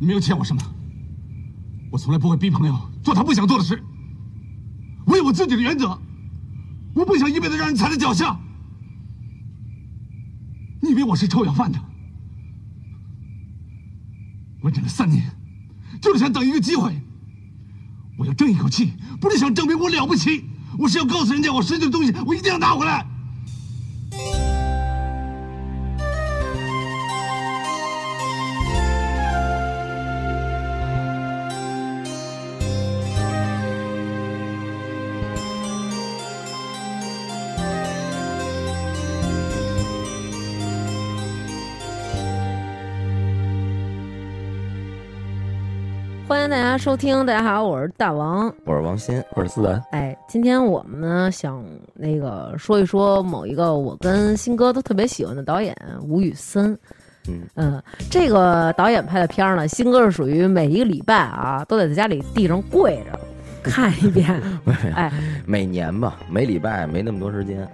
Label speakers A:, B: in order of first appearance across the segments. A: 你没有欠我什么，我从来不会逼朋友做他不想做的事。我有我自己的原则，我不想一辈子让人踩在脚下。你以为我是臭要饭的？我忍了三年，就是想等一个机会。我要争一口气，不是想证明我了不起，我是要告诉人家我失去的东西，我一定要拿回来。
B: 欢迎大家收听，大家好，我是大王。
C: 我是王鑫，
D: 我是思南，
B: 哎，今天我们呢想那个说一说某一个我跟新哥都特别喜欢的导演吴宇森。呃
C: 嗯
B: 这个导演拍的片儿呢，新哥是属于每一个礼拜啊都得在家里地上跪着看一遍。哎，
C: 每年吧，每礼拜没那么多时间，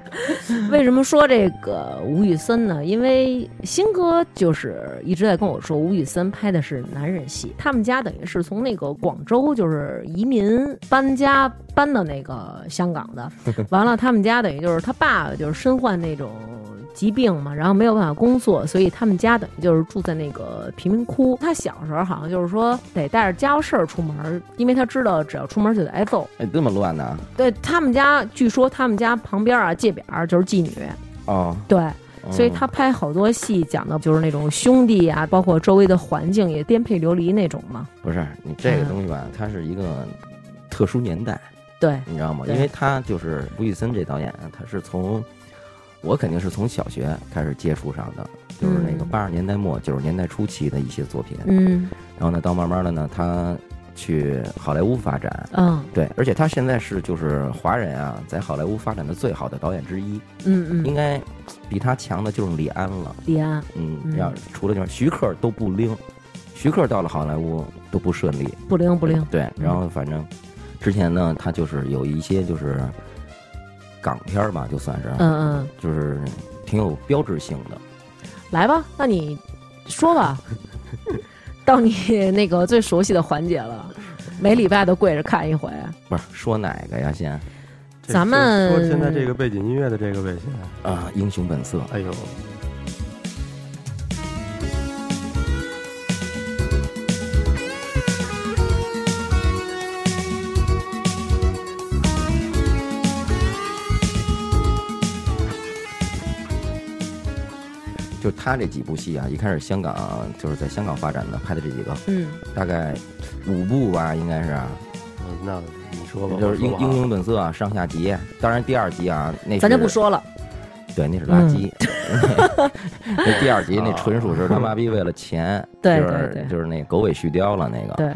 B: 为什么说这个吴宇森呢？因为新哥就是一直在跟我说，吴宇森拍的是男人戏。他们家等于是从那个广州就是移民搬家搬到那个香港的，完了他们家等于就是他爸就是身患那种。疾病嘛，然后没有办法工作，所以他们家等于就是住在那个贫民窟。他小时候好像就是说得带着家伙事儿出门，因为他知道只要出门就得挨揍。
C: 哎，这么乱呢、啊？
B: 对他们家，据说他们家旁边啊，界边儿就是妓女，
C: 哦，
B: 对，
C: 嗯
B: 所以他拍好多戏讲的就是那种兄弟啊，包括周围的环境也颠沛流离那种嘛。
C: 不是你这个
B: 嗯
C: 东西吧，它是一个特殊年代，
B: 对，
C: 你知道吗？
B: 对
C: 因为他就是吴宇森这导演，他是从我肯定是从小学开始接触上的，就是那个
B: 嗯
C: 八十年代末九十年代初期的一些作品，
B: 嗯
C: 然后呢，到慢慢的呢，他去好莱坞发展。
B: 嗯
C: 对，而且他现在是就是华人啊，在好莱坞发展的最好的导演之一，
B: 嗯
C: 应
B: 嗯，
C: 该比他强的就是李安了。
B: 李安，嗯
C: 嗯，要除了就是徐克都不灵，徐克到了好莱坞都不顺利，
B: 不灵不灵，
C: 对，然
B: 嗯
C: 后反正之前呢，他就是有一些就是港片儿吧，就算是，
B: 嗯嗯，
C: 就是挺有标志性的。
B: 来吧，那你说 吧，到你那个最熟悉的环节了，每礼拜都跪着看一回。
C: 不是说哪个呀？先
D: 这
B: 咱们
D: 就说现在这个背景音乐的这个呗，现在，
C: 啊，《英雄本色》
D: 哎呦，
C: 就他这几部戏啊，一开始香港啊就是在香港发展的拍的这几个，
B: 嗯，
C: 大概五部吧，应该是啊，
D: 嗯那你说吧，
C: 就是英
D: 我说
C: 《
D: 吧
C: 英雄本色》啊，上下集，当然第二集啊，那
B: 咱就是不说了。
C: 对，那是
B: 嗯
C: 垃圾。 那第二集那纯属是他妈逼为了钱，
B: 对
C: 就
B: 对对
C: 是就是那狗尾续貂了那个。
B: 对，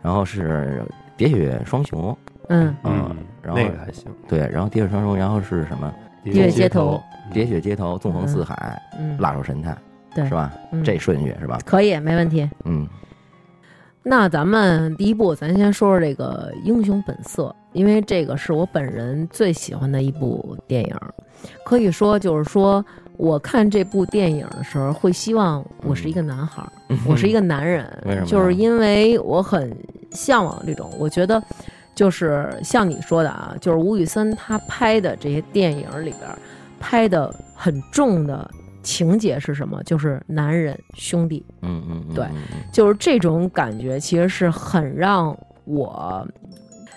C: 然后是喋血双雄，
B: 嗯，
D: 嗯，
C: 然后
D: 那个还行，
C: 对，然后喋血双雄，然后是什么？
D: 音
B: 乐街
D: 街
B: 头，
C: 喋血街头，纵横四海，
B: 嗯，
C: 辣手神探，
B: 对
C: 是吧？
B: 嗯
C: 这顺序是吧？
B: 可以，没问题。
C: 嗯，
B: 那咱们第一部，咱先说说这个《英雄本色》，因为这个是我本人最喜欢的一部电影儿，可以说就是说，我看这部电影的时候，会希望我是一个男孩儿，我是一个男人，
C: 嗯为什么呀
B: 就是因为我很向往这种，我觉得。就是像你说的啊，就是吴宇森他拍的这些电影里边儿拍的很重的情节是什么？就是男人兄弟，
C: 嗯嗯嗯，
B: 对
C: 嗯。嗯
B: 就是这种感觉，其实是很让我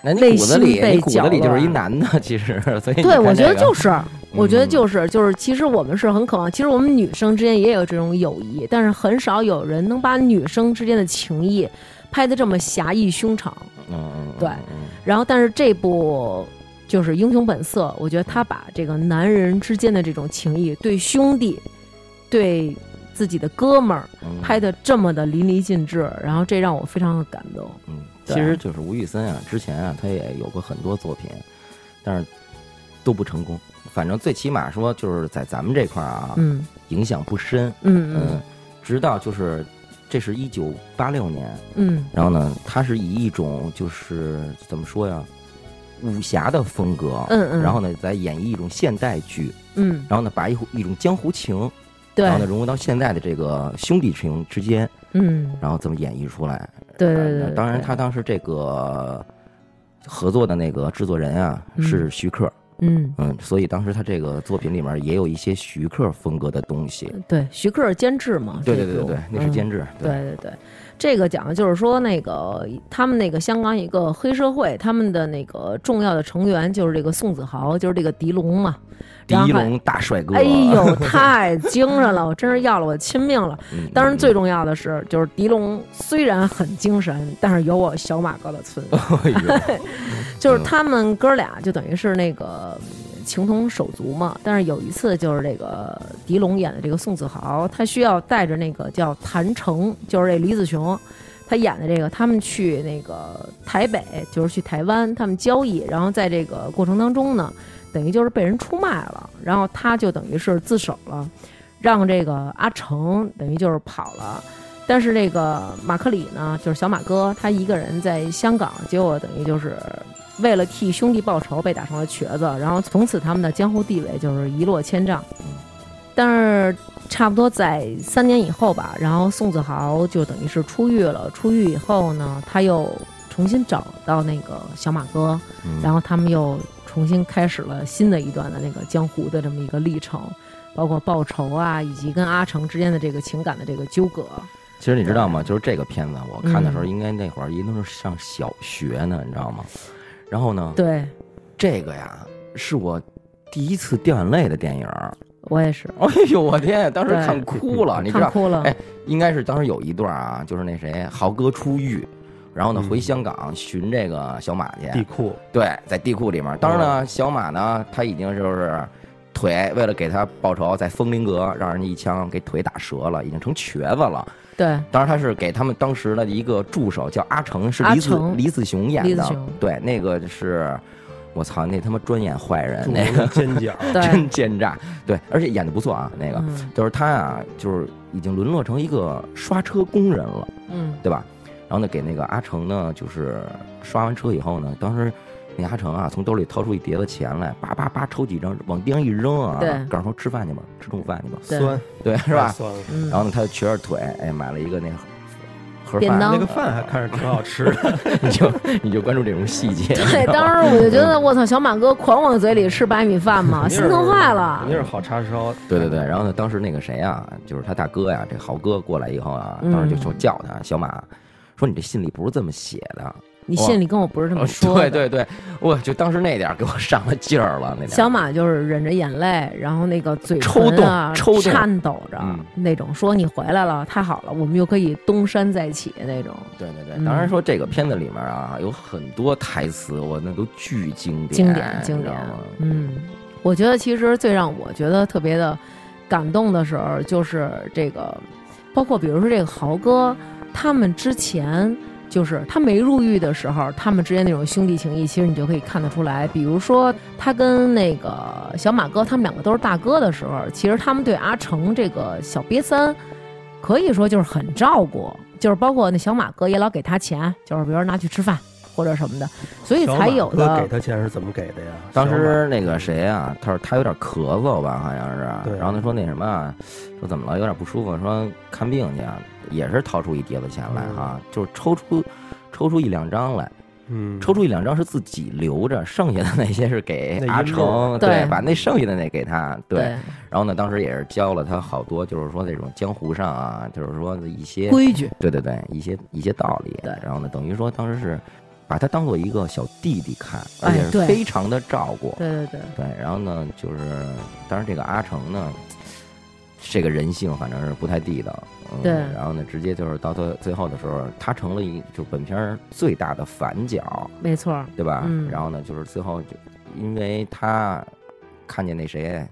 C: 那你
B: 内
C: 骨子
B: 心
C: 里，
B: 被
C: 你骨子里
B: 搅
C: 就是一
B: 乱
C: 男的，其实，所以你
B: 对
C: 看
B: 我
C: 这
B: 觉得
C: 个嗯
B: 就是，我觉得就是就是，其实我们是很渴望，其实我们女生之间也有这种友谊，但是很少有人能把女生之间的情谊拍得这么侠义胸肠。
C: 嗯嗯嗯，
B: 对
C: 嗯嗯
B: 然后，但是这部就是《英雄本色》，我觉得他把这个男人之间的这种情谊，对兄弟，对自己的哥们儿，
C: 嗯
B: 拍得这么的淋漓尽致，然后这让我非常的感动。
C: 嗯，
B: 对
C: 其实就是吴宇森啊，之前啊他也有过很多作品，但是都不成功。反正最起码说就是在咱们这块儿啊，
B: 嗯
C: 影响不深。
B: 嗯
C: 直到就是这是一九八六年，
B: 嗯嗯
C: 然后呢，他是以一种就是怎么说呀，武侠的风格，
B: 嗯嗯，
C: 然后呢再演绎一种现代剧，
B: 嗯。
C: 然后呢把一一种江湖情
B: 对
C: 然后呢，融入到现在的这个兄弟情之间，
B: 嗯，
C: 然后怎么演绎出来？
B: 对对对，
C: 当然，
B: 对
C: 他当时这个合作的那个制作人啊
B: 嗯
C: 是徐克，
B: 嗯。
C: 嗯，所以当时他这个作品里面也有一些徐克风格的东西。
B: 对，徐克监制嘛，
C: 对
B: 这
C: 对对对
B: 部
C: 对，那是
B: 呃嗯
C: 监制。
B: 对对对，这个讲的就是说，那个他们那个香港一个黑社会，他们的那个重要的成员就是这个宋子豪，就是这个狄龙嘛。
C: 狄
B: 然后还
C: 龙大帅哥。
B: 哎呦，太精神了， 我真是要了我亲命了。
C: 嗯，
B: 当然，
C: 嗯
B: 最重要的是，就是狄龙虽然很精神，但是有我小马哥的存在。
C: 哎呦
B: 就是他们哥俩就等于是那个嗯情同手足嘛。但是有一次，就是这个狄龙演的这个宋子豪，他需要带着那个叫谭成，就是这李子雄，他演的这个，他们去那个台北，就是去台湾，他们交易，然后在这个过程当中呢，等于就是被人出卖了，然后他就等于是自首了，让这个阿成等于就是跑了。但是这个马克里呢，就是小马哥，他一个人在香港，结果等于就是为了替兄弟报仇被打成了瘸子，然后从此他们的江湖地位就是一落千丈。但是差不多在三年以后吧，然后宋子豪就等于是出狱了。出狱以后呢，他又重新找到那个小马哥，
C: 嗯
B: 然后他们又重新开始了新的一段的那个江湖的这么一个历程，包括报仇啊，以及跟阿成之间的这个情感的这个纠葛。
C: 其实你知道吗？就是这个片子，我看的
B: 嗯
C: 时候，应该那会儿一定是上小学呢，你知道吗？然后呢，
B: 对
C: 这个呀，是我第一次掉眼泪的电影儿。
B: 我也是，
C: 哎呦，我天！当时
B: 对
C: 看 哭了，你知
B: 看
C: 道，
B: 哭了。
C: 哎应该是当时有一段啊，就是那谁，豪哥出狱，然后呢
D: 嗯
C: 回香港寻这个小马去，
D: 地库
C: 对，在地库里面。当然
B: 哦
C: 呢，小马呢，他已经就是腿为了给他报仇，在风林阁让人家一枪给腿打折了，已经成瘸子了。
B: 对，
C: 当然，他是给他们当时的一个助手，叫阿成，是
B: 阿
C: 李子
B: 成
C: 李子雄
B: 李
C: 演
B: 子
C: 的
B: 雄。
C: 对，那个是，我操，那他妈专演坏人
D: 著，
C: 那
D: 名
C: 个
D: 的尖角，
B: 对，
C: 真奸诈。对，而且演的不错啊，那个、
B: 嗯
C: 就是他啊，就是已经沦落成一个刷车工人了，
B: 嗯
C: 对吧？然后呢，给那个阿成呢，就是刷完车以后呢，当时那阿成啊，从兜里掏出一叠子钱来，叭叭叭抽几张，往地上一扔啊
B: 对，
C: 告诉说吃饭去吧，吃中午饭去吧，
B: 对
D: 酸
C: 对，是吧？
D: 酸了。
B: 嗯，
C: 然后呢，他就瘸着腿，哎，买了一个那个盒
B: 便
C: 饭，
B: 当
D: 那个饭还看着挺好吃 的，
C: 你就你就关注这种细节。
B: 对，当时我就觉得，我操，小马哥狂往嘴里吃白米饭嘛，心疼坏了
D: 肯。定是好叉烧。
C: 对对对，然后呢，当时那个谁啊，就是他大哥呀、这豪哥过来以后啊，当
B: 嗯
C: 时就说叫他、小马，说你这信里不是这么写的。
B: 你信里跟我不是这么说
C: 哦对
B: 的。
C: 对对，我就当时那点儿给我上了劲儿了，那点儿
B: 小马就是忍着眼泪，然后那个嘴
C: 抽
B: 唇啊
C: 动抽动
B: 颤抖着、
C: 嗯
B: 那种，说你回来了，太好了，我们又可以东山再起那种，
C: 对对对，
B: 嗯
C: 当然说这个片子里面啊，有很多台词，我那都巨经典，
B: 经典
C: 你
B: 经
C: 知
B: 典
C: 道吗。
B: 嗯，我觉得其实最让我觉得特别的感动的时候，就是这个，包括比如说这个豪哥，他们之前就是他没入狱的时候，他们之间那种兄弟情谊，其实你就可以看得出来。比如说他跟那个小马哥，他们两个都是大哥的时候，其实他们对阿成这个小瘪三，可以说就是很照顾，就是包括那小马哥也老给他钱，就是比如说拿去吃饭或者什么的，所以
D: 小
B: 才
D: 马
B: 有
D: 哥
B: 的
D: 给。他钱是怎么给的呀？
C: 当
D: 小马
C: 时那个谁啊，他说他有点咳嗽吧，好像是，
D: 对
C: 然后他说那什么啊，说怎么了，有点不舒服，说看病去啊，也是掏出一叠子钱来哈、就是抽出抽出一两张来，
D: 嗯，
C: 抽出一两张是自己留着，剩下的那些是给
D: 那一
C: 阿
D: 摞
C: 成，
B: 对
C: 把那剩下的那给他，对。然后呢，当时也是教了他好多，就是说这种江湖上啊，就是说的一些
B: 规矩，
C: 对对对，一些一些道理。
B: 对
C: 然后呢，等于说当时是把他当做一个小弟弟看，而
B: 哎
C: 且是
B: 对
C: 非常的照顾。
B: 对对对，
C: 对，然后呢，就是当然这个阿成呢，这个人性反正是不太地道。嗯、
B: 对
C: 然后呢，直接就是到他最后的时候，他成了一就是本片儿最大的反角，
B: 没错儿，
C: 对吧？
B: 嗯
C: 然后呢，就是最后就因为他看见那谁。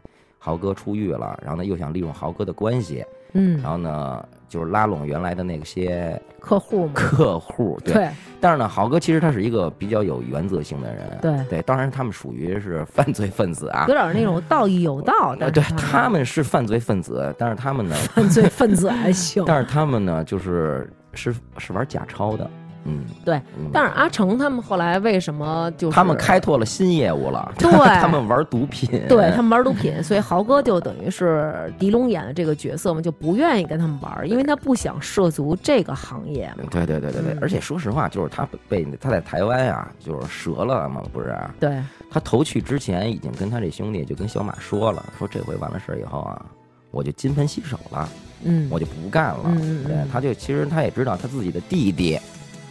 C: 豪哥出狱了，然后呢又想利用豪哥的关系，
B: 嗯
C: 然，后呢就是拉拢原来的那些
B: 客户嘛，
C: 客户，对。
B: 嗯对
C: 但是呢，豪哥其实他是一个比较有原则性的人，
B: 对
C: 当然他们属于是犯罪分子啊
B: 有，点那种道义有道，
C: 呃
B: 但是
C: 对，他们是犯罪分子，但 是他们呢，
B: 犯罪分子还行，
C: 但是他们呢，就是是是玩假钞的，嗯，
B: 对
C: 嗯，
B: 但是阿成他们后来为什么就是
C: 他们开拓了新业务了，
B: 对
C: 他们玩毒品，
B: 对他们玩毒品，所以豪哥就等于是狄龙演的这个角色嘛，就不愿意跟他们玩，因为他不想涉足这个行业嘛。
C: 对对对对对，
B: 嗯
C: 而且说实话，就是他被他在台湾啊，就是折了嘛，不是？啊
B: 对，
C: 他头去之前已经跟他这兄弟就跟小马说了，说这回完了事儿以后啊，我就金盆洗手了，
B: 嗯，
C: 我就不干了。
B: 嗯嗯嗯
C: 对，他就其实他也知道他自己的弟弟，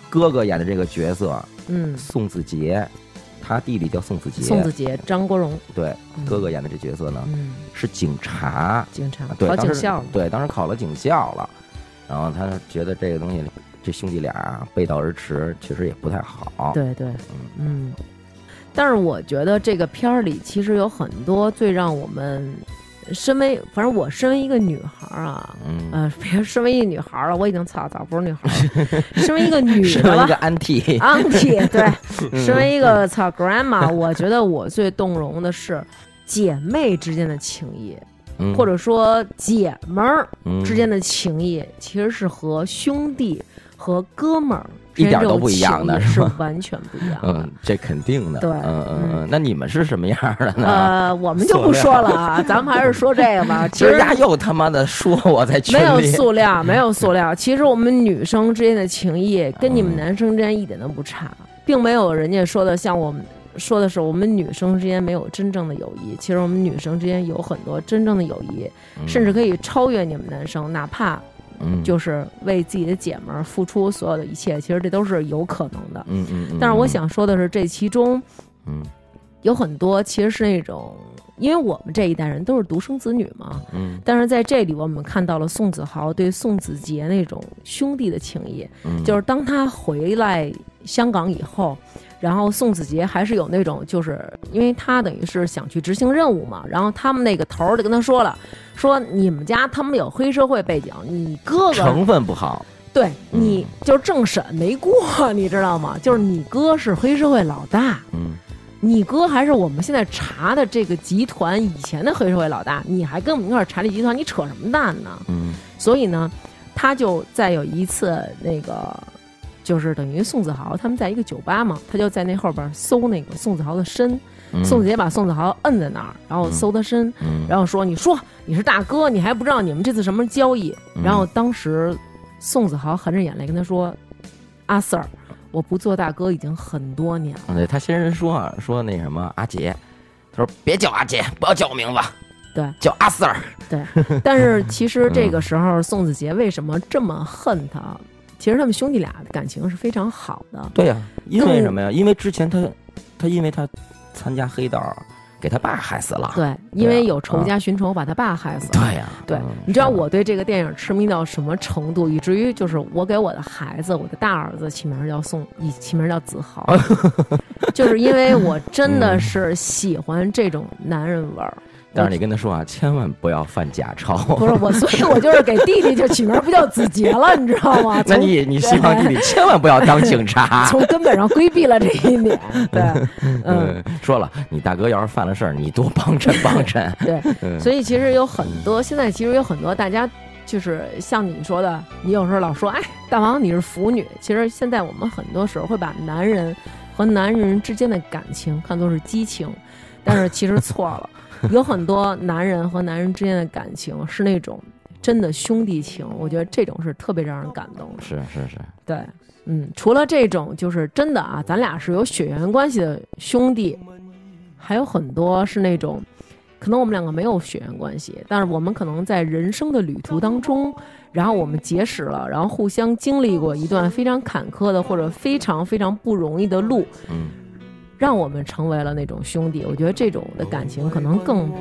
C: 哥哥演的这个角色
B: 嗯，
C: 宋子杰，他弟弟叫宋子杰，
B: 宋子杰、张国荣，
C: 对，
B: 嗯
C: 哥哥演的这角色呢
B: 嗯，
C: 是警察，
B: 警察
C: 对，
B: 啊考
C: 当
B: 警
C: 时
B: 校嘛，
C: 对，当时考了警校了，然后他觉得这个东西，这兄弟俩啊背道而驰，确实也不太好。，
B: 对对，嗯。但是我觉得这个片儿里其实有很多最让我们，呃身为反正我身为一个女孩儿啊，
C: 嗯，
B: 呃， 别身为一女孩儿了，我已经操操不是女孩儿 了，身为一个女啊
C: 身
B: 的
C: 为一个
B: 吧。
C: 安替，嗯
B: auntie 对，身为一个操 grandma，我觉得我最动容的是姐妹之间的情谊，
C: 嗯
B: 或者说姐们儿
C: 嗯
B: 之间的情谊，其实是和兄弟和哥们儿之
C: 一
B: 间
C: 点
B: 这
C: 都
B: 种
C: 不一
B: 情
C: 样的
B: 谊
C: 是
B: 是
C: 吧
B: 完全不一样的。
C: 嗯，这肯定的。
B: 对
C: 嗯嗯
B: 嗯
C: 嗯。那你们是什么样的呢？
B: 呃，我们就不说了啊， 咱们还是说这个 吧。其
C: 今儿
B: 实
C: 丫又他妈的说我在群
B: 没有
C: 里，
B: 塑料，没有塑 料。其实我们女生之间的情谊跟你们
C: 嗯
B: 男生之间一点都不差，并没有人家说的像我们说的是我们女生之间没有真正的友谊。其实我们女生之间有很多真正的友谊，
C: 嗯
B: 甚至可以超越你们男生，哪怕
C: 嗯
B: 就是为自己的姐们儿付出所有的一切，其实这都是有可能的。
C: 嗯嗯嗯。
B: 但是我想说的是，这其中
C: 嗯，
B: 有很多其实是那种，因为我们这一代人都是独生子女嘛，
C: 嗯
B: 但是在这里，我们看到了宋子豪对宋子杰那种兄弟的情谊，
C: 嗯嗯，
B: 就是当他回来香港以后，然后宋子杰还是有那种，就是因为他等于是想去执行任务嘛，然后他们那个头儿就跟他说了，说你们家他们有黑社会背景，你哥哥
C: 嗯成分不好。
B: 对
C: 嗯
B: 你就是政审没过，你知道吗？就是你哥是黑社会老大，
C: 嗯
B: 你哥还是我们现在查的这个集团以前的黑社会老大，你还跟我们一块儿查这集团，你扯什么蛋呢？
C: 嗯
B: 所以呢，他就在有一次那个，就是等于宋子豪他们在一个酒吧嘛，他就在那后边搜那个宋子豪的身，
C: 嗯。
B: 宋子杰把宋子豪摁在那儿，然后搜他身，
C: 嗯，
B: 然后说：“你说你是大哥，你还不知道你们这次什么交易？”
C: 嗯
B: 然后当时宋子豪含着眼泪跟他说：“阿 Sir，我不做大哥已经很多年了。”
C: 嗯对他先是说啊说那什么阿杰，他说别叫阿杰，不要叫我名字，
B: 对，
C: 叫阿 Sir。
B: 但是其实这个时候，宋子杰为什么这么恨他？
C: 嗯
B: 其实他们兄弟俩的感情是非常好的。
C: 对呀、因为
B: 更
C: 什么呀？因为之前他他因为他参加黑道，给他爸害死了。
B: 对，因为有仇家寻仇，把他爸害死了。
C: 啊对呀、
B: 对
C: 嗯
B: 你知道
C: 是吧
B: 我对这个电影痴迷到什么程度，以至于就是我给我的孩子，我的大儿子起名叫宋，以起名叫子 豪，就是因为我真的是喜欢这种男人味儿。
C: 嗯但是你跟他说啊，千万不要犯假钞。
B: 不是我，所以我就是给弟弟就起名不叫子杰了，你知道吗？
C: 那
B: 从
C: 你你希望弟弟千万不要当警察。
B: 从根本上规避了这一点。对，嗯，
C: 哦嗯，说了，你大哥要是犯了事儿，你多 帮衬帮衬。
B: 对，
C: 嗯
B: 所以其实有很多，现在其实有很多大家就是像你说的，你有时候老说，哎，大王你是腐女。其实现在我们很多时候会把男人和男人之间的感情看作是激情，但是其实错了， 有很多男人和男人之间的感情是那种真的兄弟情，我觉得这种是特别让人感动的。
C: 是是是，
B: 对，嗯，除了这种，就是真的啊，咱俩是有血缘关系的兄弟，还有很多是那种，可能我们两个没有血缘关系，但是我们可能在人生的旅途当中，然后我们结识了，然后互相经历过一段非常坎坷的或者非常非常不容易的路，
C: 嗯，
B: 让我们成为了那种兄弟。我觉得这种的感情可能更。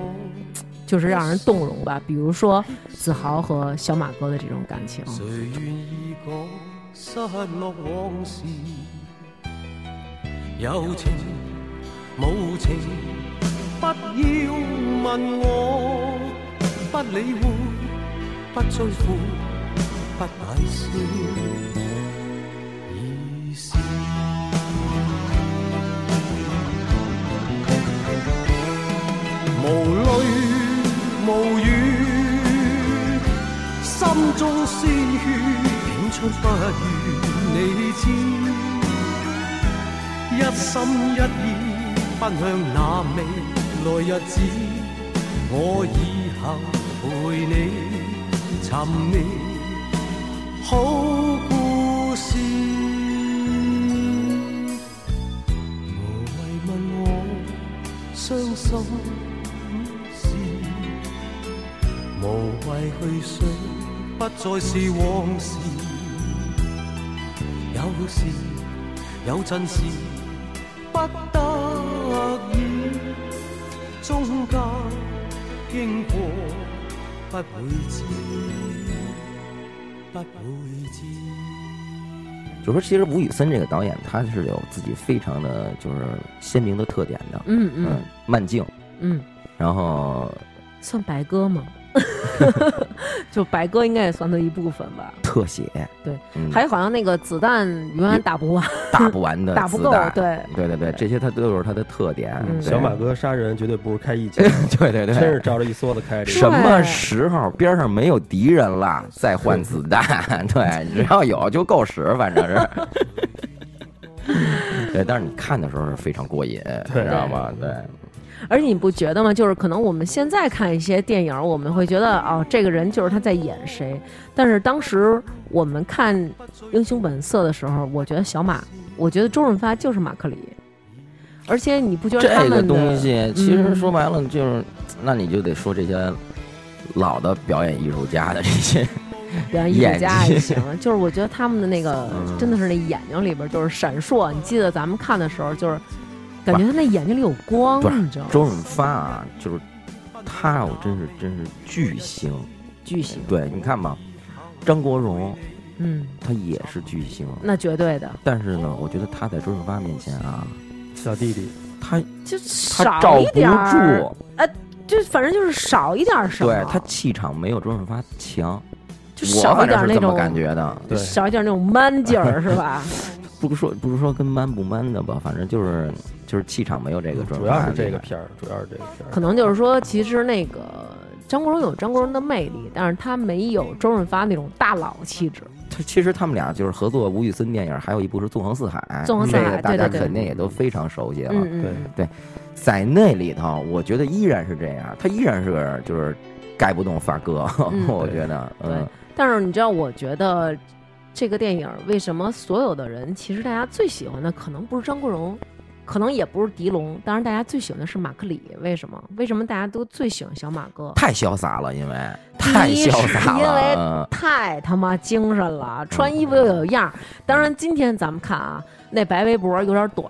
B: 就是让人动容吧，比如说子豪和小马哥的这种感情，
E: 谁愿意讲失落往事？有情无情，不要问我，不理会，不追悔，不解释意思。无泪无语。心中鮮血涌出，出不愿你知，一心一意奔向那未來日子，我以後陪你尋觅好故事。無謂問我傷心事，無謂去想，不再是往事。有時有陣時不得已，中間經過不會知，不會知。
C: 就说其实吴宇森这个导演，他是有自己非常的就是鲜明的特点的，
B: 嗯
C: 嗯
B: 嗯，
C: 慢镜，
B: 嗯，
C: 然后
B: 算白鸽吗？ 就白鸽应该也算他一部分吧。
C: 特写，
B: 对
C: 嗯，
B: 还有好像那个子弹永远打不完，
C: 打不完 的
B: 打不
C: 呃子
B: 够
C: 弹，
B: 对
C: 对对对，这些它都是它的特点。
B: 嗯
C: 对
D: 小马，哥杀人绝对不是开一枪，
C: 对对对，
D: 真是照着一梭子开这
C: 什
D: 个。
C: 么时候边上没有敌人了，再换子 弹？对，只要有就够使，反正是。 对，但是你看的时候是非常过瘾，你知道吗？对，
B: 而且你不觉得吗？就是可能我们现在看一些电影，我们会觉得哦，这个人就是他在演谁。但是当时我们看《英雄本色》的时候，我觉得小马，我觉得周润发就是马克里。而且你不觉得他
C: 这
B: 们的
C: 个东西其实
B: 嗯
C: 说白了就是，那你就得说这些老的表演艺术家的这些，
B: 表演艺术家
C: 演技嗯
B: 也行， 就是我觉得他们的那个真的是那眼睛里边就是闪烁。你记得咱们看的时候，就是感觉他那眼睛里有光
C: 不，是
B: 你知道吗？
C: 周润发啊，就是他，我真是真是巨星。
B: 巨星，
C: 对，你看吧，张国荣
B: 嗯，
C: 他也是巨星，
B: 那绝对的，
C: 但是呢，我觉得他在周润发面前啊，
D: 小弟弟，
C: 他
B: 就
C: 他
B: 少
C: 罩
B: 一
C: 不
B: 点儿，
C: 住，
B: 就反正就是少一点儿什么，
C: 对他气场没有周润发强，
B: 就
C: 我
B: 少一
C: 反
B: 点
C: 正
B: 儿
C: 是
B: 那
C: 这
B: 种
C: 么感觉的。
D: 对
B: 少一点儿那种 man 劲儿是吧？
C: 不说不是说跟 man 不 man 的吧，反正就是就是气场没有这个周
D: 嗯主
C: 润
D: 要
C: 发
D: 是
C: 厉害。
D: 这个片儿，主要是这个片
B: 可
D: 儿。
B: 能就是说，其实那个张国荣有张国荣的魅力，但是他没有周润发那种大佬气质。
C: 他其实他们俩就是合作吴宇森电影，还有一部是《纵横四海》，
B: 纵横四
C: 这
B: 海
C: 个大家
B: 对对对
C: 肯定也都非常熟悉了。
B: 嗯嗯
D: 对
B: 嗯，
C: 在那里头，我觉得依然是这样，他依然是就是盖不动发哥，
B: 嗯
C: 我觉得，
B: 对
C: 嗯，
B: 但是你知道，我觉得这个电影为什么所有的人其实大家最喜欢的可能不是张国荣，可能也不是狄龙，当然大家最喜欢的是马克里。为什么？为什么大家都最喜欢小马哥？
C: 太潇洒了，因为太潇洒
B: 因为
C: 了，
B: 太他妈精神了，穿衣服又有样儿。当然，今天咱们看啊，那白围脖有点短，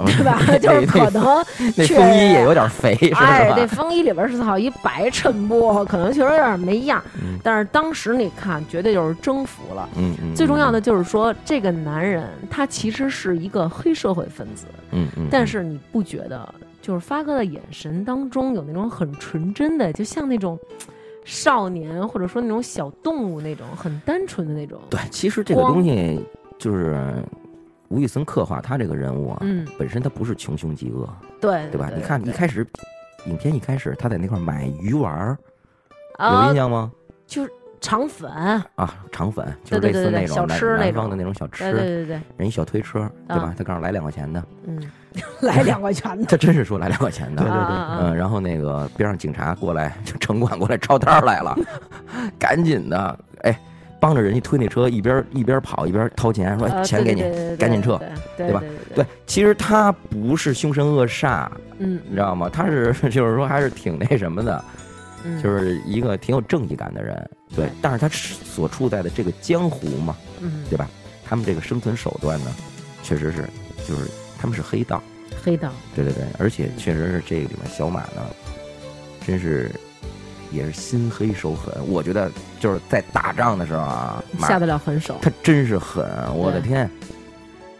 C: 嗯
B: 对吧
C: 那？
B: 就是可
C: 那
B: 能
C: 那
B: 确
C: 风衣也有点肥，是
B: 哎，
C: 吧
B: 这？风衣里边是套一白衬布，可能确实有点没样儿
C: 嗯。
B: 但是当时你看，绝对就是征服了。
C: 嗯嗯，
B: 最重要的就是说，这个男人他其实是一个黑社会分子，
C: 嗯，嗯嗯，
B: 但是你不觉得，就是发哥的眼神当中有那种很纯真的，就像那种嘖少年或者说那种小动物那种很单纯的那种。
C: 对，其实这个
B: 光
C: 东西就是吴宇森刻画他这个人物啊，
B: 嗯，
C: 本身他不是穷凶极恶，
B: 对，
C: 对吧？你看一开始，影片一开始他在那块儿买鱼丸儿，有
B: 啊
C: 印，象吗？
B: 就是肠粉，
C: 啊，肠粉就是
B: 对
C: 类
B: 对
C: 似
B: 对
C: 那
B: 对
C: 种
B: 小
C: 南
B: 吃那
C: 南方的
B: 种
C: 那种小吃，
B: 对对啊对对，
C: 人一小推车，对吧？他告诉来两块钱的，
B: 嗯， 来两块钱的，
C: 他真是说来两块钱的。
D: 对对
B: 啊
D: 对
B: 啊
C: 嗯，
B: 啊，
C: 然后那个边上警察过来，就城管过来抄摊儿来了， 赶紧的，哎，帮着人家推那车，一边一边跑一边掏钱，说
B: 啊
C: 哎钱给你，，赶紧撤，
B: 对
C: 对
B: 对对对对对
C: 吧
B: 对对
C: 对，其实他不是凶神恶煞，
B: 嗯，
C: 你知道吗？他是 就是说还是挺那什么的，
B: 嗯
C: 就是一个挺有正义感的人。对
B: 对，
C: 但是他所处在的这个江湖嘛，
B: 嗯
C: 对吧？他们这个生存手段呢，确实是，就是他们是黑道，
B: 黑道，
C: 对对对，而且确实是这个里面小马呢，真是也是心黑手狠。我觉得就是在打仗的时候啊，马
B: 下得了狠手。
C: 他真是狠，我的
B: 对
C: 天，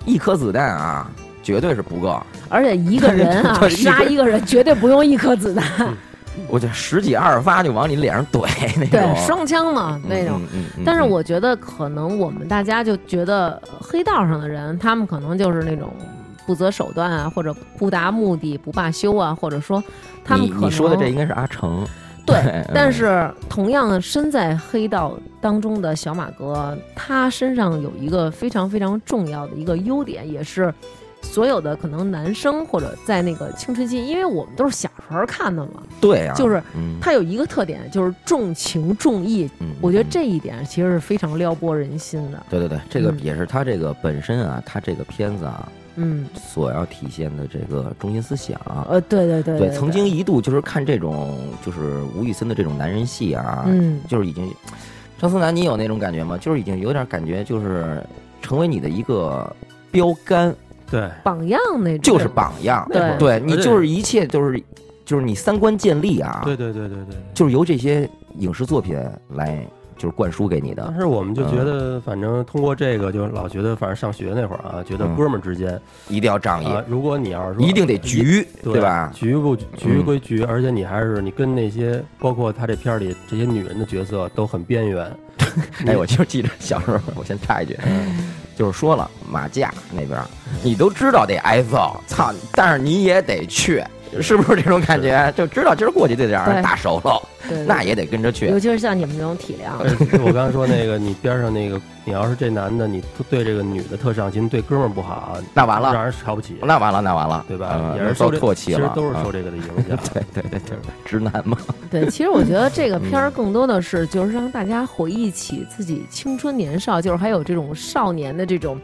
C: 一颗子弹啊，绝对是不够。
B: 而且一个人啊，
C: 对一个人
B: 杀一个人绝对不用一颗 子弹，
C: 我就十几二十发就往你脸上怼那种，
B: 对，双枪嘛
C: 嗯
B: 那种。。
C: 嗯嗯嗯
B: 但是
C: 嗯
B: 我觉得，可能我们大家就觉得呃黑道上的人，他们可能就是那种不择手段啊，或者不达目的不罢休啊，或者说他们
C: 你
B: 可能
C: 你说的这应该是阿成，
B: 对
C: 对 嗯，
B: 但是同样身在黑道当中的小马哥，他身上有一个非常非常重要的一个优点，也是所有的可能男生或者在那个青春期，因为我们都是小时候看的嘛，
C: 对啊，
B: 就是
C: 嗯，
B: 他有一个特点，就是重情重义。
C: 嗯，
B: 我觉得
C: 嗯
B: 这一点其实是非常撩拨人心的。
C: 对对对，这个
B: 嗯
C: 也是他这个本身啊，他这个片子啊
B: 嗯，
C: 所要体现的这个中心思想。啊
B: 呃，对对对
C: 对，曾经一度就是看这种就是吴宇森的这种男人戏啊，
B: 嗯
C: 就是已经，张思楠，你有那种感觉吗？就是已经有点感觉，就是成为你的一个标杆，
D: 对，
B: 榜样那种，
C: 就是榜样。
B: 对那会儿
C: 对你
D: 而且
C: 就是一切就是就是你三观建立啊，
D: 对对对对对。
C: 就是由这些影视作品来就是灌输给你
D: 当
C: 的。
B: 嗯
D: 时我们就觉
C: 嗯
D: 得，反正通过这个，就老觉得，反正上学那会儿啊，觉得
C: 嗯
D: 哥们儿之间
C: 一定要仗义，
D: 啊，如果你要是说
C: 一定得局，对吧？
D: 局不局
C: 嗯
D: 归局，而且你还是你跟那些包括他这片儿里这些女人的角色都很边缘。
C: 哎，
D: 嗯
C: 我就记着小时候，我先插一句，就是说了马甲那边儿，你都知道得挨揍，操！但是你也得去，是不是这种感觉？就知道今儿过去这点儿
B: 对
C: 大手喽，
B: 对对
C: 那也得跟着去
B: 尤。其是像你们这种体量，
C: 嗯
D: 而且我刚才说那个，你边上那个，你要是这男的，你对这个女的特上心，对哥们儿不好啊，
C: 那完了
D: 让人瞧不起，
C: 那完了，那完了，
D: 对
C: 嗯
D: 吧？也是
C: 受
D: 受这
C: 唾弃
D: 其实
C: 了，
D: 都是
C: 嗯
D: 受这个的影响。
C: 对对对对，直男嘛，
B: 对，其实我觉得这个片
C: 嗯
B: 儿更多的是就是让大家回忆起自己青春年少，就是还有这种少年的这种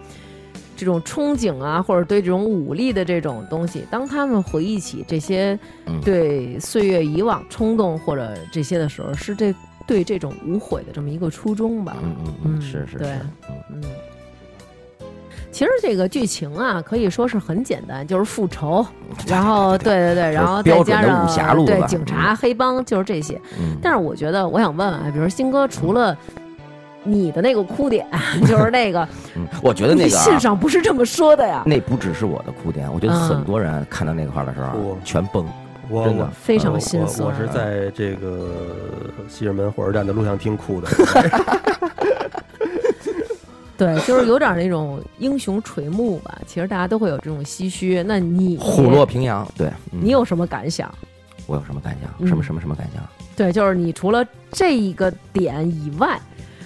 B: 这种憧憬啊，或者对这种武力的这种东西。当他们回忆起这些
C: 嗯
B: 对岁月以往冲动或者这些的时候，是这对这种无悔的这么一个初衷吧。
C: 嗯嗯
B: 嗯
C: 嗯，是是
B: 对
C: 是，嗯
B: 嗯，其实这个剧情啊，可以说是很简单，就是复仇，然后对对对，然后
C: 标
B: 再
C: 准
B: 加
C: 的
B: 上
C: 武侠路
B: 对
C: 吧
B: 警察、黑帮，就是这些。
C: 嗯，
B: 但是我觉得，我想问问啊，比如新哥，除了你的那个哭点， 就是那 个，
C: 嗯我觉得那
B: 你
C: 个啊
B: 信上不是这么说的呀，
C: 那不只是我的哭点，我觉得
B: 嗯
C: 很多人看到那块儿的时候啊
D: 不
C: 全崩，
D: 我
C: 真的啊
D: 我
B: 非常
D: 我
B: 心酸啊
D: 我我是在这个西直门火车站的录像 厅哭的。
B: 对，就是有点那种英雄垂暮吧。其实大家都会有这种唏嘘。那你
C: 虎落平阳。对，嗯
B: 你有什么感想？
C: 我有什么感想？
B: 嗯
C: 什么什么什么感想？
B: 对，就是你除了这一个点以外，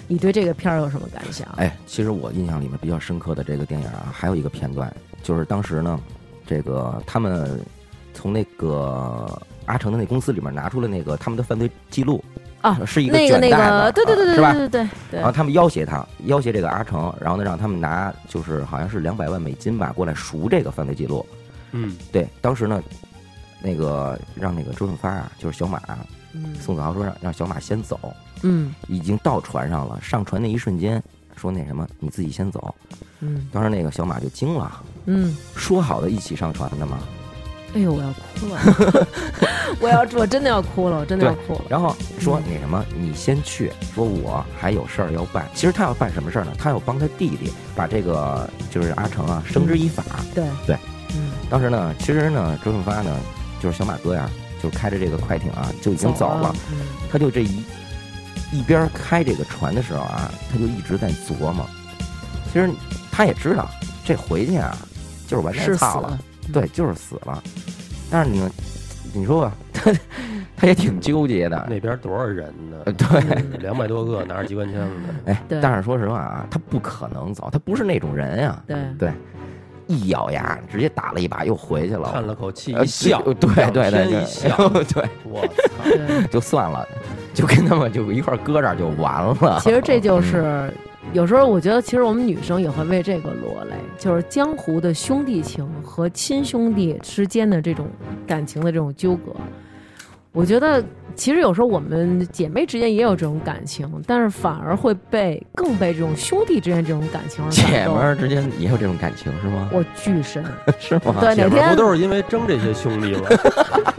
B: 你对这个片儿有什么感想？
C: 哎，其实我印象里面比较深刻的这个电影啊，还有一个片段，就是当时呢，这个他们从那个阿成的那公司里面拿出了那个他们的犯罪记录
B: 啊
C: 是一
B: 那个
C: 卷
B: 那
C: 带嘛
B: 个，对对
C: 啊
B: 对对
C: 是吧？
B: 对对对
C: 然后他们要挟他，要挟这个阿成，然后呢让他们拿就是好像是两百万美金吧过来赎这个犯罪记录。
D: 嗯，
C: 对，当时呢，那个让那个周润发啊，就是小马啊、
B: 嗯
C: 宋子豪说让让小马先走，
B: 嗯
C: 已经到船上了。上船那一瞬间，说那什么，你自己先走。
B: 嗯
C: 当时那个小马就惊了，
B: 嗯，
C: 说好的一起上船的嘛。
B: 哎呦，我要哭了， 我要我真的要哭了，我真的要哭了。
C: 然后说
B: 嗯
C: 那什么，你先去，说我还有事儿要办。其实他要办什么事儿呢？他要帮他弟弟把这个就是阿成啊绳之以法。
B: 对
C: 对，
B: 嗯，
C: 当时呢，其实呢，周润发呢，就是小马哥呀，就是开着这个快艇啊，就已经走了。
B: 嗯
C: 他就这一一边开这个船的时候啊，他就一直在琢磨。其实他也知道，这回去啊，就是完蛋
B: 是死
C: 操了，，
D: 嗯
C: 对，就是死了。但是你们，你说吧， 他他也挺纠结的。
D: 那边多少人呢
C: 哎呃？对，
B: 嗯
D: 两百多个，拿着机关枪的。
C: 哎，
B: 对
C: 但是说实话啊，他不可能走，他不是那种人呀、
B: 对
C: 对，一咬牙直接打了一把，又回去了。
D: 叹了口气，
C: 呃
D: 一笑，
C: 对对对对
D: 仰天一笑，
C: 对， 对，
D: 我操！
B: 对，
C: 就算了，就跟他们就一块儿搁这儿就完了。嗯
B: 其实这就是。有时候我觉得，其实我们女生也会为这个落泪，就是江湖的兄弟情和亲兄弟之间的这种感情的这种纠葛。我觉得，其实有时候我们姐妹之间也有这种感情，但是反而会被更被这种兄弟之间这种感情而
C: 姐
B: 感
C: 们
B: 动。
C: 儿之间也有这种感情是吗？
B: 我巨 深，
C: 是吗？
B: 对，
D: 姐
B: 哪
D: 们儿
B: 天
D: 不都是因为争这些兄弟吗？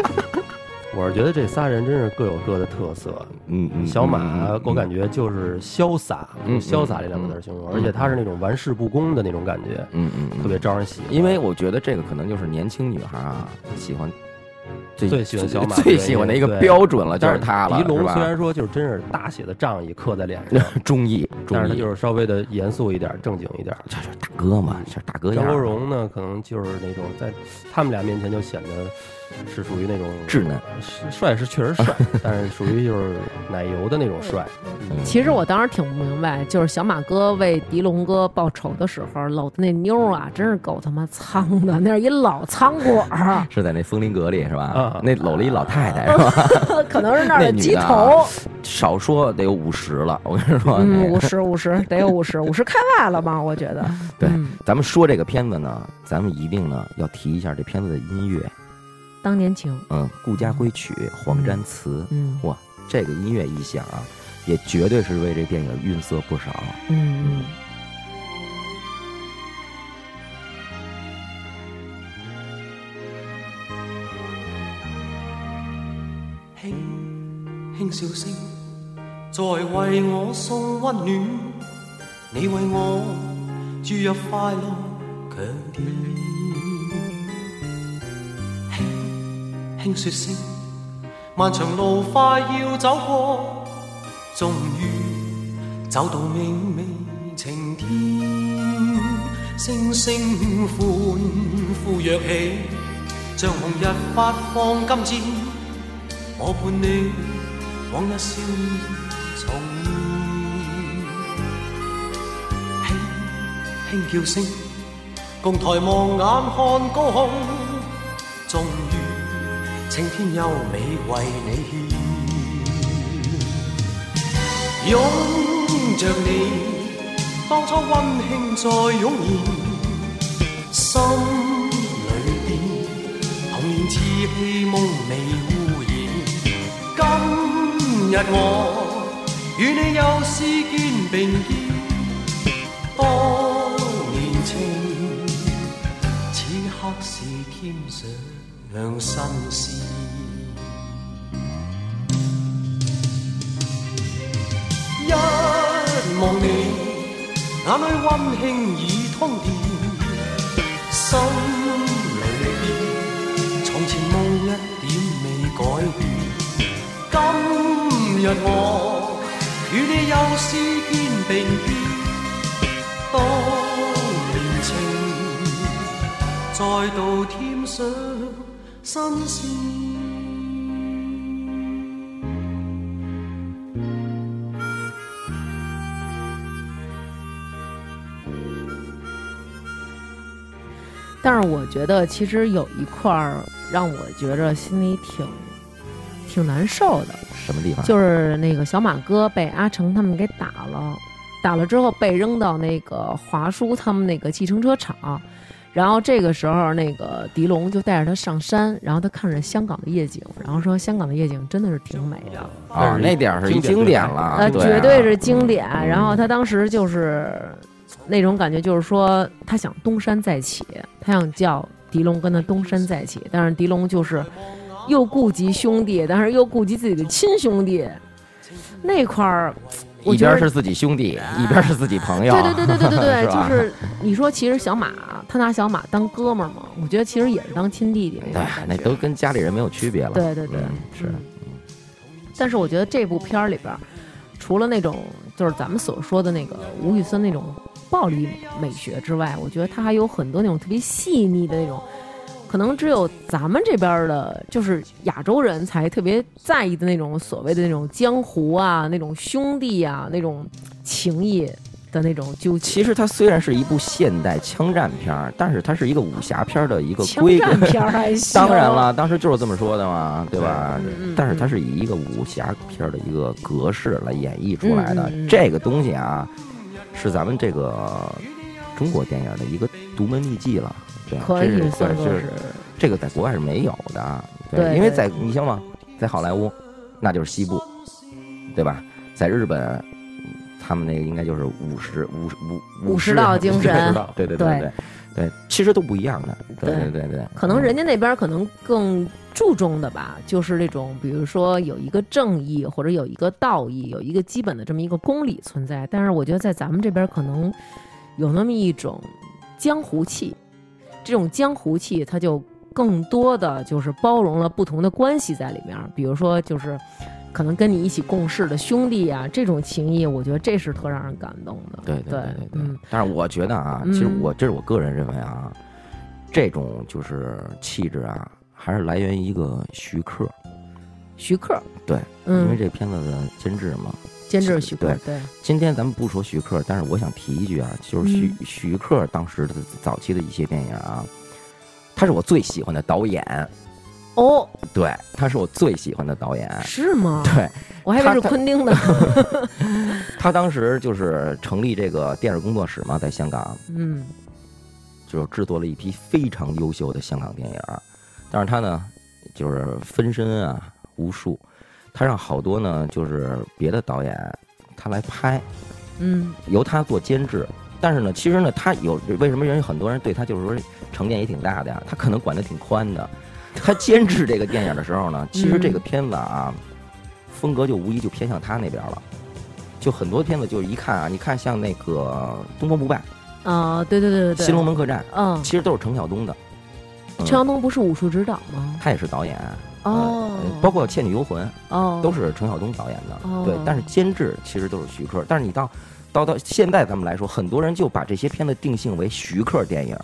D: 我是觉得这仨人真是各有各的特色。
C: 嗯嗯，
D: 小
C: 嗯
D: 马
C: 嗯，
D: 我感觉就是潇洒，
C: 嗯
D: 用潇洒这两个字儿形容，
C: 嗯
D: 而且他是那种玩世不恭的那种感觉，
C: 嗯嗯嗯
D: 特别招人喜欢。
C: 因为我觉得这个可能就是年轻女孩啊喜欢最
D: 最喜欢小马
C: 最喜欢的一个标准了，就
D: 但
C: 是她了，
D: 狄龙
C: 是
D: 虽
C: 吧？
D: 然说就是真是大写的仗义刻在脸上，
C: 忠义， 中
D: 但是他
C: 医
D: 就是稍微的严肃一点，正经一点。
C: 这是大哥嘛，这是大哥样
D: 张国
C: 儿，
D: 荣呢，可能就是那种在他们俩面前就显得是属于那种
C: 稚嫩。
D: 是帅是确实 帅，但是属于就是奶油的那种帅。
C: 嗯
B: 其实我当时挺不明白，就是小马哥为狄龙哥报仇的时候，搂的那妞儿啊，真是够他妈苍的，那是一老苍果
C: ，
B: 儿啊
C: 是在那风林阁里是吧
D: 啊？
C: 那搂了一老太太 是吧？
B: 可能是那儿的
C: 那女的
B: 鸡
C: 啊
B: 头。
C: 少说得有五十了，我跟你说。
B: 嗯，
C: 那
B: 五十五十得有五十，五十开外了吧？我觉 得。
C: 对
B: 嗯
C: 咱们说这个片子呢，咱们一定呢要提一下这片子的音乐，
B: 当年情，
C: 嗯，顾家辉曲、黄沾词，
B: 嗯
C: 哇，这个音乐一响啊，也绝对是为这电影润色不少。
B: 嗯
E: 轻轻笑声，在为我送温暖。你为我注入快乐强电，轻轻说声，漫长路快要走过，终于走到明媚晴天。声声欢呼跃起，像红日发放金箭。我伴你往日笑意重现，轻輕叫聲，共抬望眼看高空，終於晴天優美為你獻，擁着你，當初温馨再湧現，心裏邊。童年稚氣夢未污染。今日我與你又試肩並肩，當年情，此刻是添上新鮮。一望你，眼裏温馨已通電，心裏邊。從前夢一點未改變，今日我與你又試肩並肩，當年情再度添上新鮮。
B: 但是我觉得其实有一块儿让我觉着心里挺挺难受的，
C: 什么地方？啊
B: 就是那个小马哥被阿成他们给打了，打了之后被扔到那个华叔他们那个计程车厂，然后这个时候那个狄龙就带着他上山，然后他看着香港的夜景，然后说香港的夜景真的是挺美的。
C: 啊，那点儿是一经典了，
B: 呃，
C: 对啊嗯
B: 绝对是经典。然后他当时就是那种感觉，就是说他想东山再起，他想叫狄龙跟他东山再起，但是狄龙就是又顾及兄弟，但是又顾及自己的亲兄弟那块儿。我
C: 一
B: 觉
C: 边
B: 得
C: 是自己兄弟，一边是自己朋友。啊
B: 对对对对对对对，
C: 是
B: 就
C: 吧
B: 是你说，其实小马他拿小马当哥们儿嘛，我觉得其实也是当亲弟弟那种
C: 对，
B: 感
C: 那
B: 觉
C: 都跟家里人没有区别了。
B: 对对对
C: 嗯是
B: 嗯但是我觉得这部片儿里边儿，除了那种就是咱们所说的那个吴宇森那种暴力美学之外，我觉得他还有很多那种特别细腻的那种，可能只有咱们这边儿的，就是亚洲人才特别在意的那种所谓的那种江湖啊、那种兄弟啊、那种情谊的那种纠结。
C: 其实它虽然是一部现代枪战片儿，但是它是一个武侠片儿的一个
B: 枪
C: 规
B: 战
C: 格。
B: 片儿还行，
C: 当然了，当时就是这么说的嘛，对吧？
B: 嗯嗯
C: 但是它是以一个武侠片儿的一个格式来演绎出来的。
B: 嗯嗯嗯
C: 这个东西啊，是咱们这个中国电影的一个独门秘籍了。对，
B: 可
C: 这
B: 以
C: 是
B: 算
C: 对，
B: 作
C: 这是
B: 是
C: 这个在国外是没有的，
B: 对
C: 因为
B: 对
C: 在你想嘛，在好莱坞那就是西部，对吧？在日本，他们那个应该就是武士武武
B: 武士道精神
C: 武士道对对对对对，其实都不一样的，对
B: 对
C: 对对对，
B: 可能人家那边儿可能更注重的吧，就是这种，比如说有一个正义或者有一个道义，有一个基本的这么一个公理存在。但是我觉得在咱们这边儿可能有那么一种江湖气，这种江湖气它就更多的就是包容了不同的关系在里面儿，比如说就是可能跟你一起共事的兄弟啊，这种情谊，我觉得这是特让人感动的。
C: 对
B: 对
C: 对对对。
B: 嗯
C: 但是我觉得啊，其实
B: 嗯
C: 我这是我个人认为啊，这种就是气质啊，还是来源于一个徐克，
B: 徐克，
C: 对，因为
B: 嗯，
C: 这片子的监制嘛。
B: 监制徐克，对，
C: 今天咱们不说徐克，但是我想提一句啊，就是徐、徐克当时的早期的一些电影啊，他是我最喜欢的导演，
B: 哦，
C: 对，他是我最喜欢的导演。
B: 是啊吗？
C: 对
B: 我还以为
C: 他
B: 是
C: 他
B: 昆汀的。
C: 他当时就是成立这个电视工作室嘛，在香港，
B: 嗯，
C: 就是制作了一批非常优秀的香港电影儿，但是他呢，就是分身啊无数，他让好多呢就是别的导演他来拍，
B: 嗯，
C: 由他做监制。但是呢，其实呢，他有为什么人很多人对他就是说成见也挺大的呀？他可能管得挺宽的。他监制这个电影的时候呢，其实这个
B: 嗯
C: 片子啊，风格就无疑就偏向他那边了。就很多片子就一看啊，你看像那个《东方不败》
B: 啊，对对对对
C: 《
B: 对，
C: 新龙门客栈》，
B: 嗯，
C: 其实都是程晓东的，嗯
B: 陈晓东不是武术指导吗？
C: 他也是导演。啊
B: 哦
C: 呃，包括《倩女幽魂》
B: 哦，
C: 都是陈晓东导演的，
B: 哦
C: 对，但是监制其实都是徐克。但是你到到到现在咱们来说，很多人就把这些片子定性为徐克电影，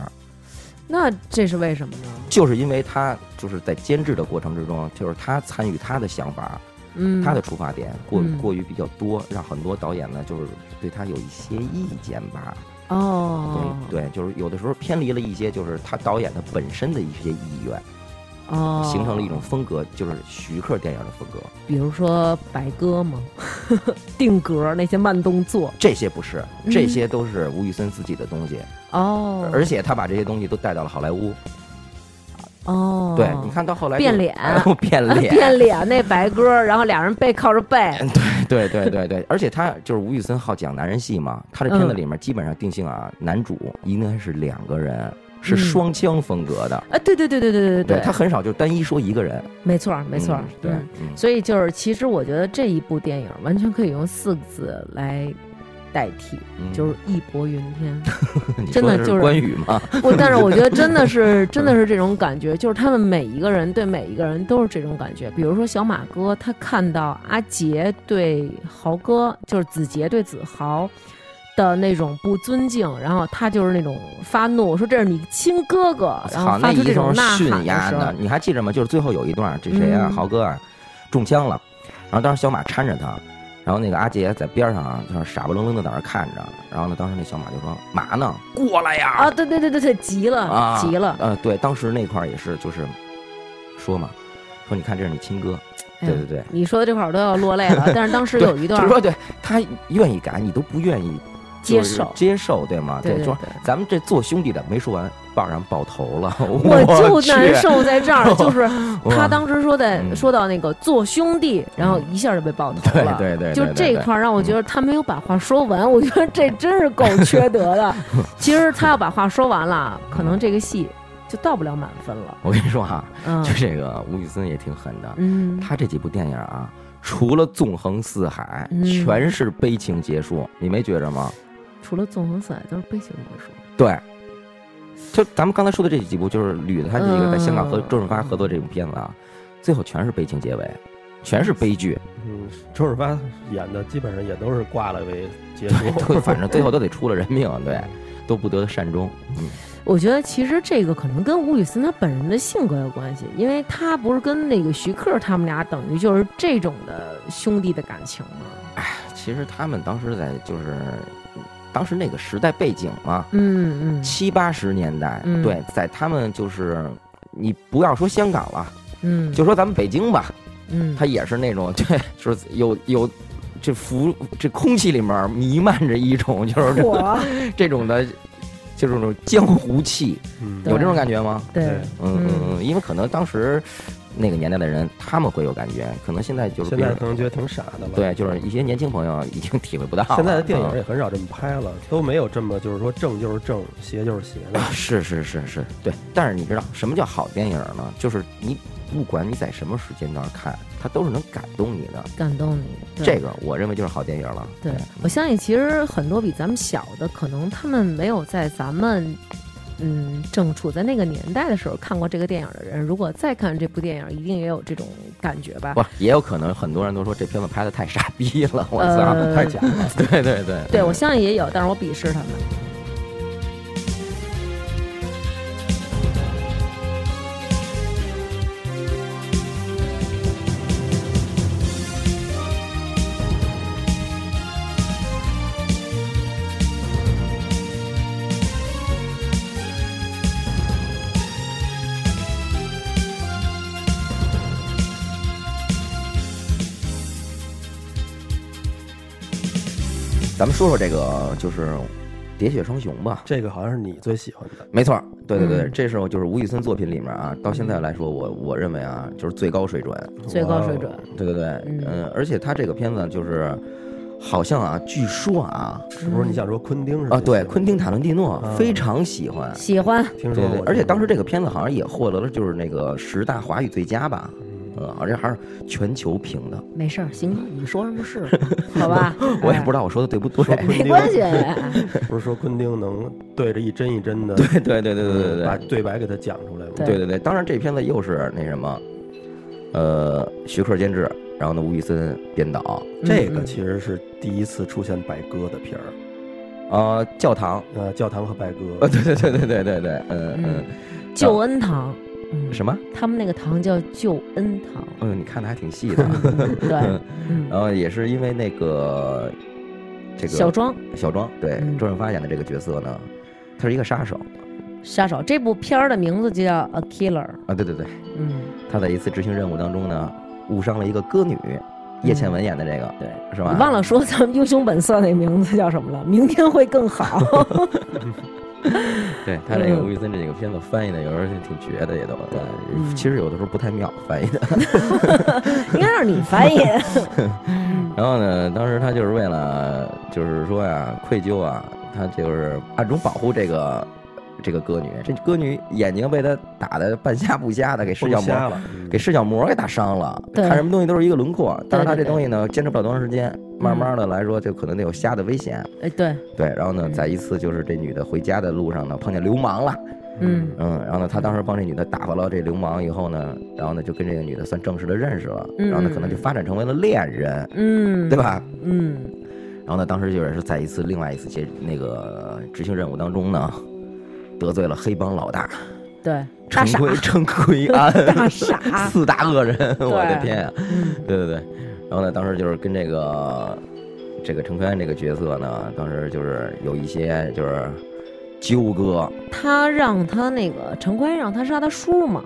B: 那这是为什么呢？
C: 就是因为他就是在监制的过程之中，就是他参与他的想法，
B: 嗯，
C: 他的出发点过
B: 嗯
C: 过于比较多，让很多导演呢就是对他有一些意见吧，
B: 哦，
C: 对对，就是有的时候偏离了一些就是他导演的本身的一些意愿，
B: 哦，
C: 形成了一种风格，就是徐克电影的风格。
B: 比如说白鸽嘛， 定格那些慢动作
C: 这些不是，
B: 嗯
C: 这些都是吴宇森自己的东西，
B: 哦，
C: 而且他把这些东西都带到了好莱坞。
B: 哦，
C: 对，你看到后来就
B: 变脸
C: 变脸，
B: 变脸那白鸽，然后俩人背靠着背，
C: 对对对对，而且他就是吴宇森好讲男人戏嘛，他这片子里面基本上定性啊，男主应该是两个人，是
B: 嗯
C: 双枪风格的，
B: 啊，对对对对对对
C: 对他很少就单一说一个人，
B: 没错儿没错儿
C: 嗯，对
B: 嗯，
C: 嗯
B: 所以就是，其实我觉得这一部电影完全可以用四个字来代替，
C: 嗯
B: 就是义薄云天。
C: 你
B: 真
C: 说
B: 的
C: 的
B: 就是
C: 关羽嘛，
B: 我但是我觉得真的 是真的是这种感觉，就是他们每一个人对每一个人都是这种感觉。比如说小马哥，他看到阿杰对豪哥，就是子杰对子豪。的那种不尊敬，然后他就是那种发怒，说这是你亲哥哥，然
C: 操，
B: 后
C: 啊那
B: 发出
C: 一
B: 这种
C: 通
B: 呐喊
C: 训
B: 的
C: 压
B: 时候
C: 的，，你还记着吗？就是最后有一段，这谁啊，
B: 嗯
C: 豪哥啊，中枪了，然后当时小马搀着他，然后那个阿杰在边上啊，就是傻不愣愣的在那儿看着，然后呢，当时那小马就说：“嘛呢？过来
B: 啊，
C: 呀
B: 对对对对对，急了、！”
C: 啊，
B: 急了，
C: 呃，对，当时那块儿也是，就是说嘛，说你看这是你亲哥，
B: 哎呀
C: 对对对。
B: 你说的这块儿我都要落泪 了，但是当时
C: 对
B: 有一段
C: 就是说对他愿意改，你都不愿意
B: 啊接
C: 就是
B: 受
C: 接受，对吗？
B: 对
C: 就
B: 对
C: 说
B: 对
C: 咱们这做兄弟的没说完，抱让爆头了，
B: 我
C: 我
B: 就难
C: 去
B: 受在这 儿，就是
C: 哇
B: 他当时说的
C: 嗯
B: 说到那个做兄弟，然后一下就被爆头
C: 对
B: 了。
C: 对对，
B: 就
C: 对
B: 这一
C: 对嗯
B: 块儿让我觉得他没有把话说完，我觉得这真是够缺德的。 其实他要把话说完了，可能这个戏就到不了满分了。
C: 我跟你说哈、
B: 嗯
C: 就这个吴宇森也挺狠的，
B: 嗯，
C: 他这几部电影啊，除了纵横四海，
B: 嗯
C: 全是悲情结束，你没觉着吗？
B: 除了纵横四海都是悲情故事。
C: 对，就咱们刚才说的这几部，就是捋着他这个在香港和
B: 嗯
C: 周润发合作这部片子啊，最后全是悲情结尾，全是悲剧，
D: 嗯，周润发演的基本上也都是挂了为结束，
C: 对，反正最后都得出了人命，对，都不得善终。嗯，
B: 我觉得其实这个可能跟吴宇森他本人的性格有关系，因为他不是跟那个徐克他们俩等于就是这种的兄弟的感情吗？
C: 其实他们当时在就是当时那个时代背景嘛，
B: 嗯嗯
C: 七八十年代，
B: 嗯
C: 对，在他们就是你不要说香港了，
B: 嗯，
C: 就说咱们北京吧，
B: 嗯
C: 它也是那种， 对，就是有有这浮这空气里面弥漫着一种就是这
B: 火，
C: 这种的，就是这种江湖气，
D: 嗯，
B: 对
C: 有这种感觉吗？
B: 对
D: 对，
C: 嗯嗯
B: 嗯
C: 嗯，因为可能当时那个年代的人他们会有感觉，可能现在就是
D: 现
C: 别
D: 在
C: 人
D: 可能觉得挺傻的了。
C: 对，就是一些年轻朋友已经体会不到了
D: 现在的电影
C: 嗯
D: 也很少这么拍了，都没有这么就是说正就是正，邪就是邪的。
C: 啊，是是是是，对。但是你知道什么叫好电影呢？就是你不管你在什么时间段看，它都是能感动你的。
B: 感动你。对
C: 这个我认为就是好电影了。
B: 对我相信，其实很多比咱们小的，可能他们没有在咱们嗯，正处在那个年代的时候看过这个电影的人，如果再看这部电影，一定也有这种感觉 吧？
C: 不，也有可能很多人都说这片子拍的太傻逼了，我操，
B: 呃
C: 太假了。 对对对，
B: 对，我相信也有，但是我鄙视他们。
C: 咱们说说这个就是《喋血双雄》吧。
D: 这个好像是你最喜欢的，
C: 没错儿，对对对，
B: 嗯
C: 这是我就是吴宇森作品里面啊，到现在来说，我我认为啊，就是最高水准。
B: 最高水准
D: 哇哦
C: 对对对，
B: 嗯
C: 嗯，而且他这个片子就是，好像啊，据说啊，
D: 是不是？你想说昆汀是
C: 啊，对，
D: 最喜欢的
C: 昆汀塔伦蒂诺
D: 啊
C: 非常喜欢。
B: 喜欢，
D: 听
C: 对
D: 说
C: 对，
D: 过，
C: 而且当时这个片子好像也获得了就是那个十大华语最佳吧，嗯，而且还是全球评的，
B: 没事儿，行吧， 你说什么啊是什么好吧？哎
C: 我也不知
B: 道，
C: 道我说的对不对。
D: 说昆
B: 没
D: 汀
B: 关系。啊
D: 不是说昆汀能对着一帧一帧的，
C: 对对对对对对
D: 把
C: 对
D: 对白给他讲出来吗？
B: 嗯对
C: 对对对，当然这片子又是那什么，呃，徐克监制，然后呢，吴宇森编导，
D: 这个
B: 嗯
D: 其实是第一次出现白鸽的片儿，
C: 呃，教堂，
D: 呃，教堂和白
C: 呃，
D: 鸽，
C: 对对对对对对对，嗯
B: 嗯
C: 嗯，
B: 救恩堂，嗯，
C: 什么？
B: 他们那个堂叫救恩堂，
C: 嗯，你看的还挺细 的。
B: 对，嗯，
C: 然后也是因为那个这个
B: 小庄
C: 小庄对
B: 嗯
C: 周润发演的这个角色呢，他是一个杀手
B: 杀手这部片儿的名字就叫《A Killer》，
C: 啊，对对对，
B: 嗯，
C: 他在一次执行任务当中呢，误伤了一个歌女，叶倩文演的这个，对，是吧？
B: 嗯你忘了说咱们《英雄本色》那名字叫什么了？明天会更好。
C: 对他这个
B: 嗯
C: 吴宇森这几个片子翻译的，有时候就挺绝的，也都对
B: 嗯
C: 其实有的时候不太妙翻译的。
B: 应该让你翻译。嗯
C: 然后呢，当时他就是为了，就是说呀、愧疚啊，他就是暗中保护这个这个歌女。这歌女眼睛被他打的半瞎不瞎的，给视
D: 崩
C: 角
D: 瞎
C: 膜
D: 了，
C: 给视角膜给打伤了。
B: 对
C: 看什么东西都是一个轮廓，但是他
B: 对
C: 这
B: 对嗯
C: 东西呢，坚持不了多长时间，慢慢的来说就可能得有瞎的危险。
B: 哎，对，
C: 对，然后呢，在一次就是这女的回家的路上呢，碰见流氓了。
B: 嗯
C: 嗯，然后呢，他当时帮这女的打发了这流氓以后呢，然后呢就跟这个女的算正式的认识了，然后呢可能就发展成为了恋人，
B: 嗯，
C: 对？吧？
B: 嗯，
C: 然后呢，当时就是是在一次另外一次接那个执行任务当中呢，得罪了黑帮老大
B: 对，大
C: 陈
B: 傻，
C: 奎陈奎安
B: 大傻，
C: 四大恶人，我的
B: 对
C: 天呀、
B: 嗯
C: 对对对，然后呢，当时就是跟这个这个陈奎安这个角色呢，当时就是有一些就是纠葛，
B: 他让他那个陈坤让他杀他叔嘛，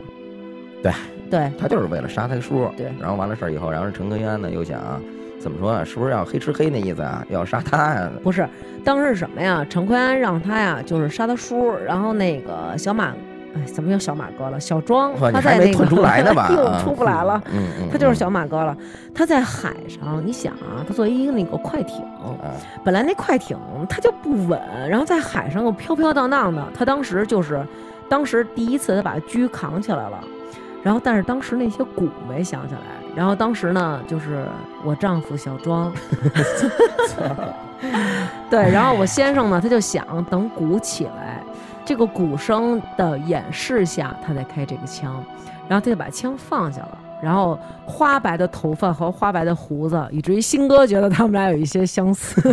C: 对
B: 对，
C: 他就是为了杀他叔，
B: 对
C: 然后完了事儿以后，然后陈奎安呢又想怎么说啊，是不是要黑吃黑那意思啊，要杀他呀、
B: 不是，当时是什么呀？陈坤安让他呀，就是杀他叔，然后那个小马，哎，怎么又小马哥了？小庄，
C: 哇你
B: 他
C: 还
B: 在
C: 没
B: 那个
C: 吐出来呢 吧
B: 又
C: 啊
B: 出不来了。
C: 嗯嗯，
B: 他就是
C: 嗯
B: 小马哥了，他在海上，你想啊，他作为一个那个快艇，
C: 啊，
B: 本来那快艇它就不稳，然后在海上又飘飘荡荡的。他当时就是，当时第一次他把狙扛起来了，然后但是当时那些鼓没响起来。然后当时呢，就是我丈夫小 庄，对，然后我先生呢，他就想等鼓起来，这个鼓声的掩饰下，他再开这个枪，然后他就把枪放下了。然后花白的头发和花白的胡子，以至于新哥觉得他们俩有一些相似。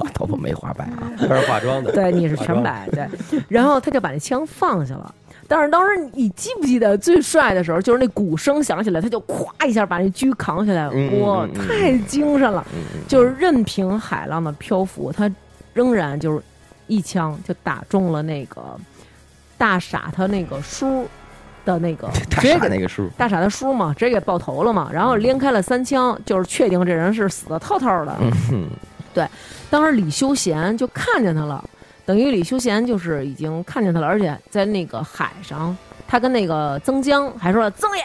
C: 我 头发没花白啊，
B: 嗯
D: 他是化妆的，
B: 对，你是
D: 化
B: 全
D: 妆
B: 白，对。然后他就把那枪放下了。但是当时你记不记得最帅的时候，就是那鼓声响起来，他就咵一下把那狙扛起来，哇、
C: 嗯嗯嗯嗯
B: 太精神了！
C: 嗯嗯，，
B: 就是任凭海浪的漂浮，他仍然就是一枪就打中了那个大傻他那个叔的那个
C: 他
B: 直接
C: 杀
B: 给
C: 那个叔，
B: 大傻他叔嘛，直接给爆头了嘛，然后连开了三枪，就是确定这人是死的透透的。
C: 嗯
B: 当时李修贤就看见他了，等于李修贤就是已经看见他了，而且在那个海上，他跟那个曾江还说了曾爷，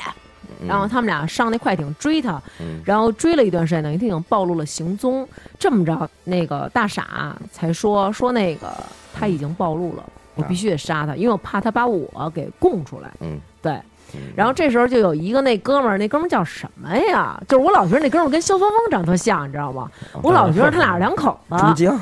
B: 然后他们俩上那快艇追他，
C: 嗯
B: 然后追了一段时间，等于他已经暴露了行踪。这么着，那个大傻才说说那个他已经暴露了，
C: 嗯
B: 我必须得杀他，因为我怕他把我给供出来。
C: 嗯，
B: 对。
C: 嗯
B: 然后这时候就有一个那哥们儿，那哥们儿叫什么呀？
C: 哦
B: 啊就是我老觉得那哥们儿跟萧芳芳长特像，你知道吗？我老觉得他俩是两口子。
C: 珠江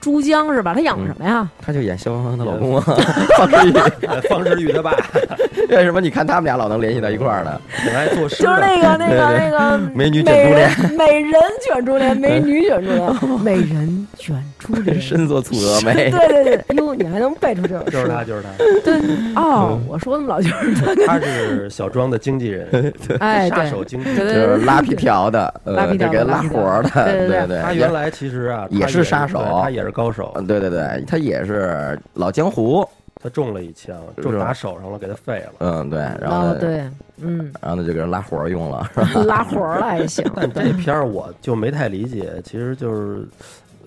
B: 珠江是吧？他演过什么呀？
C: 他就演消防员的老公啊， 方世玉。
D: 呃方世玉他爸
C: 为什么你看他们俩老能联系到一块儿呢？
D: 本来作诗
B: 就是
D: 的，
B: 那 个那个那个
C: 美女卷
B: 美
C: 珠帘嗯
B: 人美人卷珠帘，美女卷珠帘，美人卷珠 帘。
C: 深作蹙峨
B: 对
C: 眉。
B: 对对，哟，你还能背出这首诗？
D: 嗯就是 他，就是他，
B: 对哦，
C: 嗯
B: 我说怎么老就是他？
D: 他是小庄的经纪人， 嗯
B: 哎，
D: 杀
B: 对
D: 手经纪
B: 对
D: 人。
C: 就
B: 对
C: 是
B: 对，
C: 拉皮条的，
B: 拉
C: 呃，
B: 皮
C: 这
B: 条的
C: 个
B: 拉
C: 拉
B: 皮条
C: 活儿的，
B: 对对对
C: 对
D: 他原来其实啊，
C: 也
D: 他
C: 是杀手
D: 对他也是高手，
C: 嗯对对对，他也是老江湖，
D: 他中了一枪，
C: 是
D: 就打手上了，给他废了。
C: 嗯，对，然后
B: 哦
C: 呢，
B: 对， 嗯，
C: 然后呢就给人拉活儿用了，
B: 拉活儿了还 行，
D: 但这片儿我就没太理解，其实就是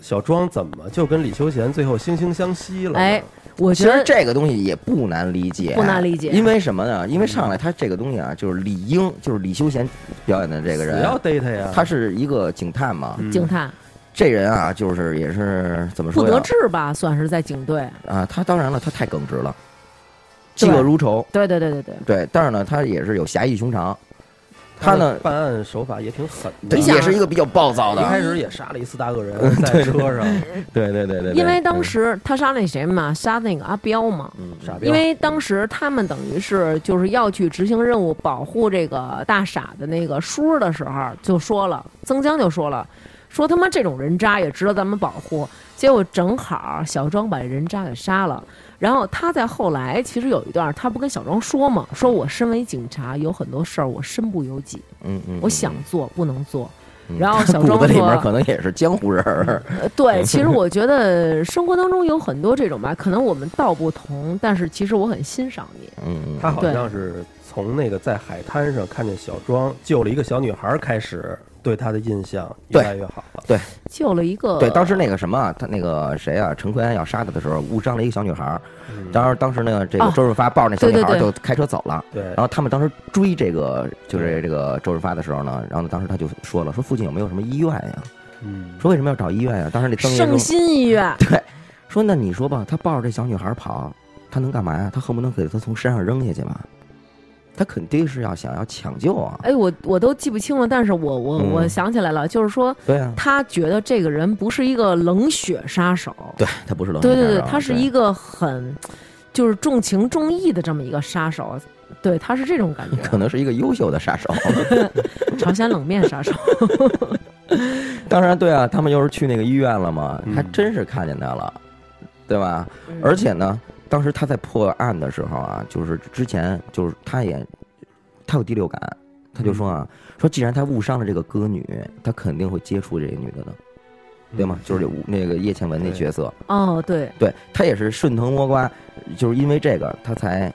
D: 小庄怎么就跟李修贤最后惺惺相惜了呢？
B: 哎，我
C: 其
B: 觉
C: 实
B: 得
C: 这个东西也不难理解，
B: 不难理解
C: 因为什么呢？因为上来他这个东西啊，就是李英，就是李修贤表演的这个
D: 死要
C: 人，
D: 逮他呀！
C: 他是一个警探嘛。
D: 嗯
B: 警探
C: 这人啊，就是也是怎么
B: 不
C: 说
B: 得
C: 呀？
B: 志吧，算是在警队。
C: 啊，他当然了，他太耿直了，
B: 对
C: 嫉恶如仇。
B: 对对对对对，
C: 对，但是呢，他也是有侠义胸肠，
D: 他
C: 他
D: 的
C: 呢
D: 办案手法也挺狠的，
C: 对，
B: 你想
C: 也是一个比较暴躁
D: 一
C: 的。嗯
D: 开始也杀了一四大恶人，在车上
C: 对对对对对
B: 因为当时他杀那谁嘛，杀那个阿彪嘛。
C: 嗯
D: 傻彪，
B: 因为当时他们等于是就是要去执行任务，保护这个大傻的那个叔儿的时候，就说了，曾江就说了，说他妈这种人渣也值得咱们保护。结果正好小庄把人渣给杀了，然后他在后来其实有一段，他不跟小庄说嘛，说我身为警察，有很多事儿我身不由己，
C: 嗯嗯，
B: 我想做不能做。
C: 嗯
B: 然后小
C: 骨
B: 庄
C: 子里面
B: 说
C: 可嗯能也是江湖人儿，
B: 呃，对，其实我觉得生活当中有很多这种吧，可能我们道不同，但是其实我很欣赏你。
C: 嗯，
D: 他好像是从那个在海滩上看见小庄救了一个小女孩开始，对他的印象越来越好了。
B: 救了一个
C: 对，当时那个什么啊，他那个谁啊，陈奎安要杀他的时候，误伤了一个小女孩儿。
D: 嗯
C: 当时当时呢，这个
B: 哦
C: 周润发抱着那小女孩
B: 对
C: 儿
B: 对
C: 就开车走了。
D: 对
C: 然，后他们当时追这个，就是这个周润发的时候呢，然后呢，当时他就说了，说附近有没有什么医院呀？
D: 嗯，
C: 说为什么要找医院呀？当时那曾爷
B: 圣
C: 说
B: 心医院，
C: 对，说那你说吧，他抱着这小女孩跑，他能干嘛呀？他恨不能给她从山上扔下去吧？他肯定是要想要抢救啊，
B: 哎，我我都记不清了，但是我我、
C: 嗯
B: 我想起来了，就是说
C: 对啊，
B: 他觉得这个人不是一个冷血杀手，
C: 对他嗯不是冷啊
B: 对
C: 血
B: 对
C: 杀
B: 对
C: 手
B: 他是一个很就是重情重义的这么一个杀手，对，他是这种感
C: 可
B: 觉，
C: 能是一个优秀的杀手。
B: 朝鲜冷面杀手，
C: 当然，对啊，他们又是去那个医院了嘛，
D: 嗯
C: 还真是看见他了，对吧？而且呢，当时他在破案的时候啊，就是之前就是他也他有第六感，他就说啊，说既然他误伤了这个歌女，他肯定会接触这个女的的，
D: 嗯
C: 对吗？就是这吴那个叶倩文那角色，
B: 哦，对，
C: 对他也是顺藤摸瓜，就是因为这个他才。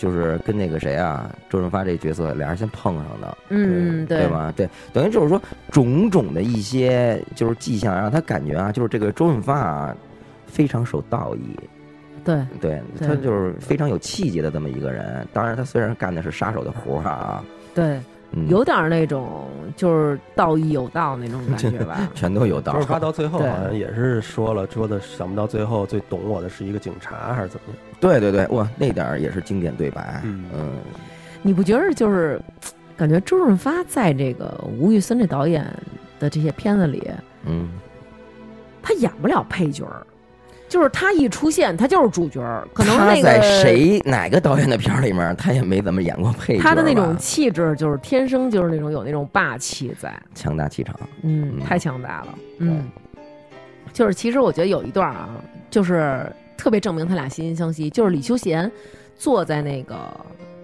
C: 就是跟那个谁啊，周润发这角色，俩人先碰上的，
B: 嗯，
C: 对吧？对，等于就是说种种的一些就是迹象，让他感觉啊，就是这个周润发啊，非常守道义，
B: 对，
C: 对
B: 对
C: 他就是非常有气节的这么一个人。当然，他虽然干的是杀手的活儿啊，
B: 对，
C: 嗯，。
B: 有点儿那种就是道义有道那种感觉吧
C: 全都有道
D: 周。润发到最后好
B: 对
D: 像也是说了，说的想不到最后最懂我的是一个警察还是怎么样？
C: 对对对，哇，那点儿也是经典对白，
D: 嗯
C: 嗯，
B: 你不觉得就是感觉周润发在这个吴宇森这导演的这些片子里，
C: 嗯
B: 他演不了配角儿，就是他一出现，他就是主角儿。可能
C: 他
B: 那
C: 在
B: 个
C: 谁哪个导演的片儿里面，他也没怎么演过配角吧，
B: 他的那种气质，就是天生就是那种有那种霸气在，
C: 强大气场，
B: 嗯，
C: 嗯
B: 太强大了，嗯。就是其实我觉得有一段啊，就是特别证明他俩惺惺相惜，就是李修贤坐在那个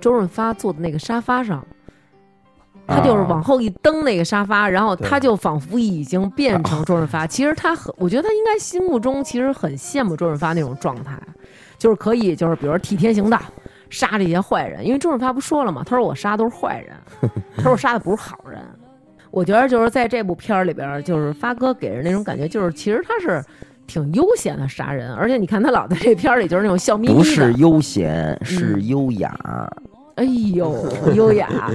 B: 周润发坐的那个沙发上。他就是往后一蹬那个沙发，然后他就仿佛已经变成周润发。其实他很，我觉得他应该心目中其实很羡慕周润发那种状态，就是可以，就是比如说替天行道，杀这些坏人。因为周润发不说了嘛，他说我杀都是坏人，他说我杀的不是好人。我觉得就是在这部片儿里边儿，就是发哥给人那种感觉，就是其实他是挺悠闲的杀人，而且你看他老在这片儿里就是那种笑眯眯的，
C: 不是悠
B: 嗯
C: 闲，是优雅。
B: 哎呦，优雅。啊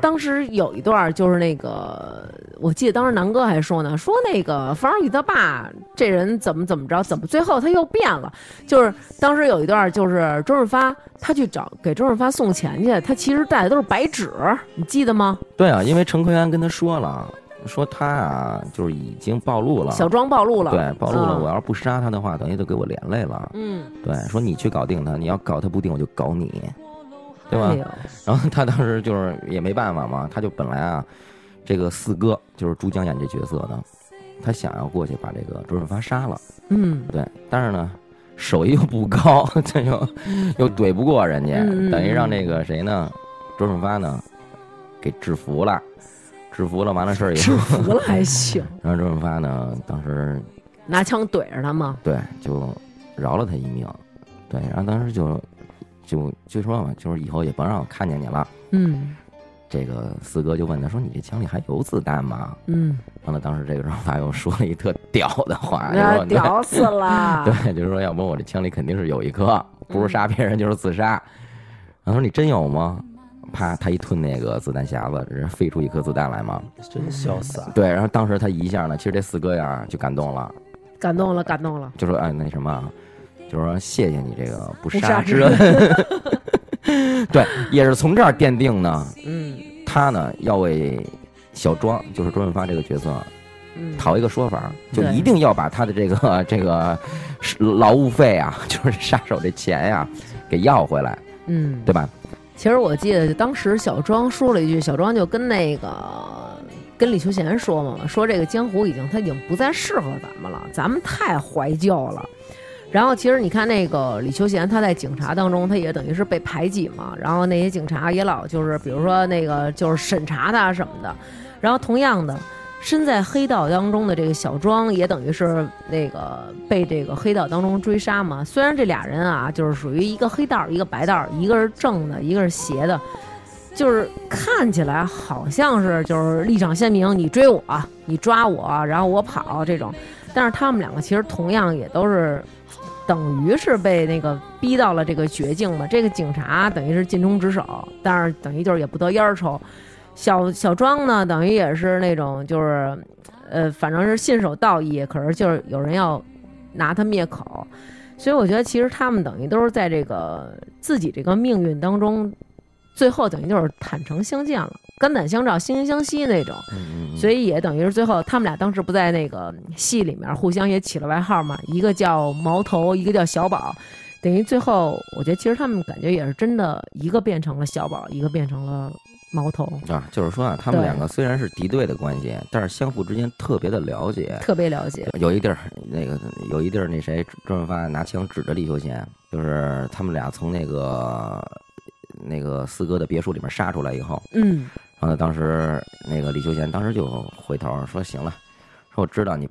B: 当时有一段儿就是那个，我记得当时南哥还说呢，说那个方世玉他爸这人怎么怎么着，怎么最后他又变了。就是当时有一段儿就是周润发他去找给周润发送钱去，他其实带的都是白纸，你记得吗？
C: 对啊，因为陈奎安跟他说了，说他啊，就是已经暴露了，
B: 小庄暴露了，
C: 啊对，暴露了。
B: 啊
C: 我要是不杀他的话，等于就给我连累了。
B: 嗯，
C: 对，说你去搞定他，你要搞他不定，我就搞你，对吧？
B: 哎呦，
C: 然后他当时就是也没办法嘛，他就本来啊，这个四哥就是朱江演这角色呢，他想要过去把这个周润发杀了，
B: 嗯，
C: 对，但是呢，手艺又不高， 这又又怼不过人家，
B: 嗯嗯
C: 等于让
B: 嗯
C: 那个谁呢，周润发呢给制服了，制服了完了事儿以后
B: 制，服了还行，
C: 然后周润发呢当时
B: 拿枪怼着他嘛，
C: 对就饶了他一命，对，然后当时就就就说嘛，就是以后也甭让我看见你了。
B: 嗯
C: 这个四哥就问他说：“你这枪里还有子弹吗
B: 嗯，？”
C: 完了，当时这个时候他又说了一特屌的话，就
B: 那
C: 说 对
B: 屌死了，
C: 哎对，就是说要不我这枪里肯定是有一颗，不是杀别人就是自杀。然后你真有吗？啪，他一吞那个子弹匣子，这飞出一颗子弹来嘛。
D: 真潇洒。
C: 对，然后当时他一下呢，其实这四哥呀就感动了，
B: 感动了，感动了，
C: 就说：“哎，那什么啊，就是说谢谢你这个不
B: 不杀
C: 杀
B: 之
C: 之恩。” 对，也是从这儿奠定呢，
B: 嗯
C: 他呢要为小庄，就是周润发这个角色
B: 嗯，
C: 讨一个说法，就
B: 对
C: 一定要把他的这个 这个是劳务费啊， 就是杀手这钱呀、给要回来，
B: 嗯，
C: 对吧？
B: 其实我记得当时小庄说了一句，小庄就跟那个跟李秋贤说嘛，说这个江湖已经他已经不再适合咱们了，咱们太怀旧了。然后其实你看那个李秋贤，他在警察当中，他也等于是被排挤嘛。然后那些警察也老就是，比如说那个就是审查他什么的。然后同样的，身在黑道当中的这个小庄也等于是那个被这个黑道当中追杀嘛。虽然这俩人啊，就是属于一个黑道，一个白道，一个是正的，一个是邪的，就是看起来好像是就是立场鲜明，你追我，你抓我，然后我跑这种。但是他们两个其实同样也都是。等于是被那个逼到了这个绝境嘛，这个警察等于是尽忠职守，但是等于就是也不得烟儿抽，小小庄呢，等于也是那种就是，呃，反正是信守道义，可是就是有人要拿他灭口，所以我觉得其实他们等于都是在这个自己这个命运当中，最后等于就是坦诚相见了，肝胆相照，惺惺相惜那种。
C: 嗯
B: 所以也等于是最后他们俩当时不在那个戏里面互相也起了外号嘛，一个叫毛头，一个叫小宝，等于最后我觉得其实他们感觉也是真的，一个变成了小宝，一个变成了毛头。
C: 啊，就是说啊，他
B: 嗯
C: 们
B: 对
C: 两个虽然是敌对的关系，但是相互之间特别的了解。
B: 特别了解，
C: 有一地儿，那个有一地儿，那谁周润发拿枪指着李秀贤，就是他们俩从那个那个四哥的别墅里面杀出来以后，
B: 嗯，
C: 然后呢，当时那个李修贤当时就回头说：“行了，说我知道你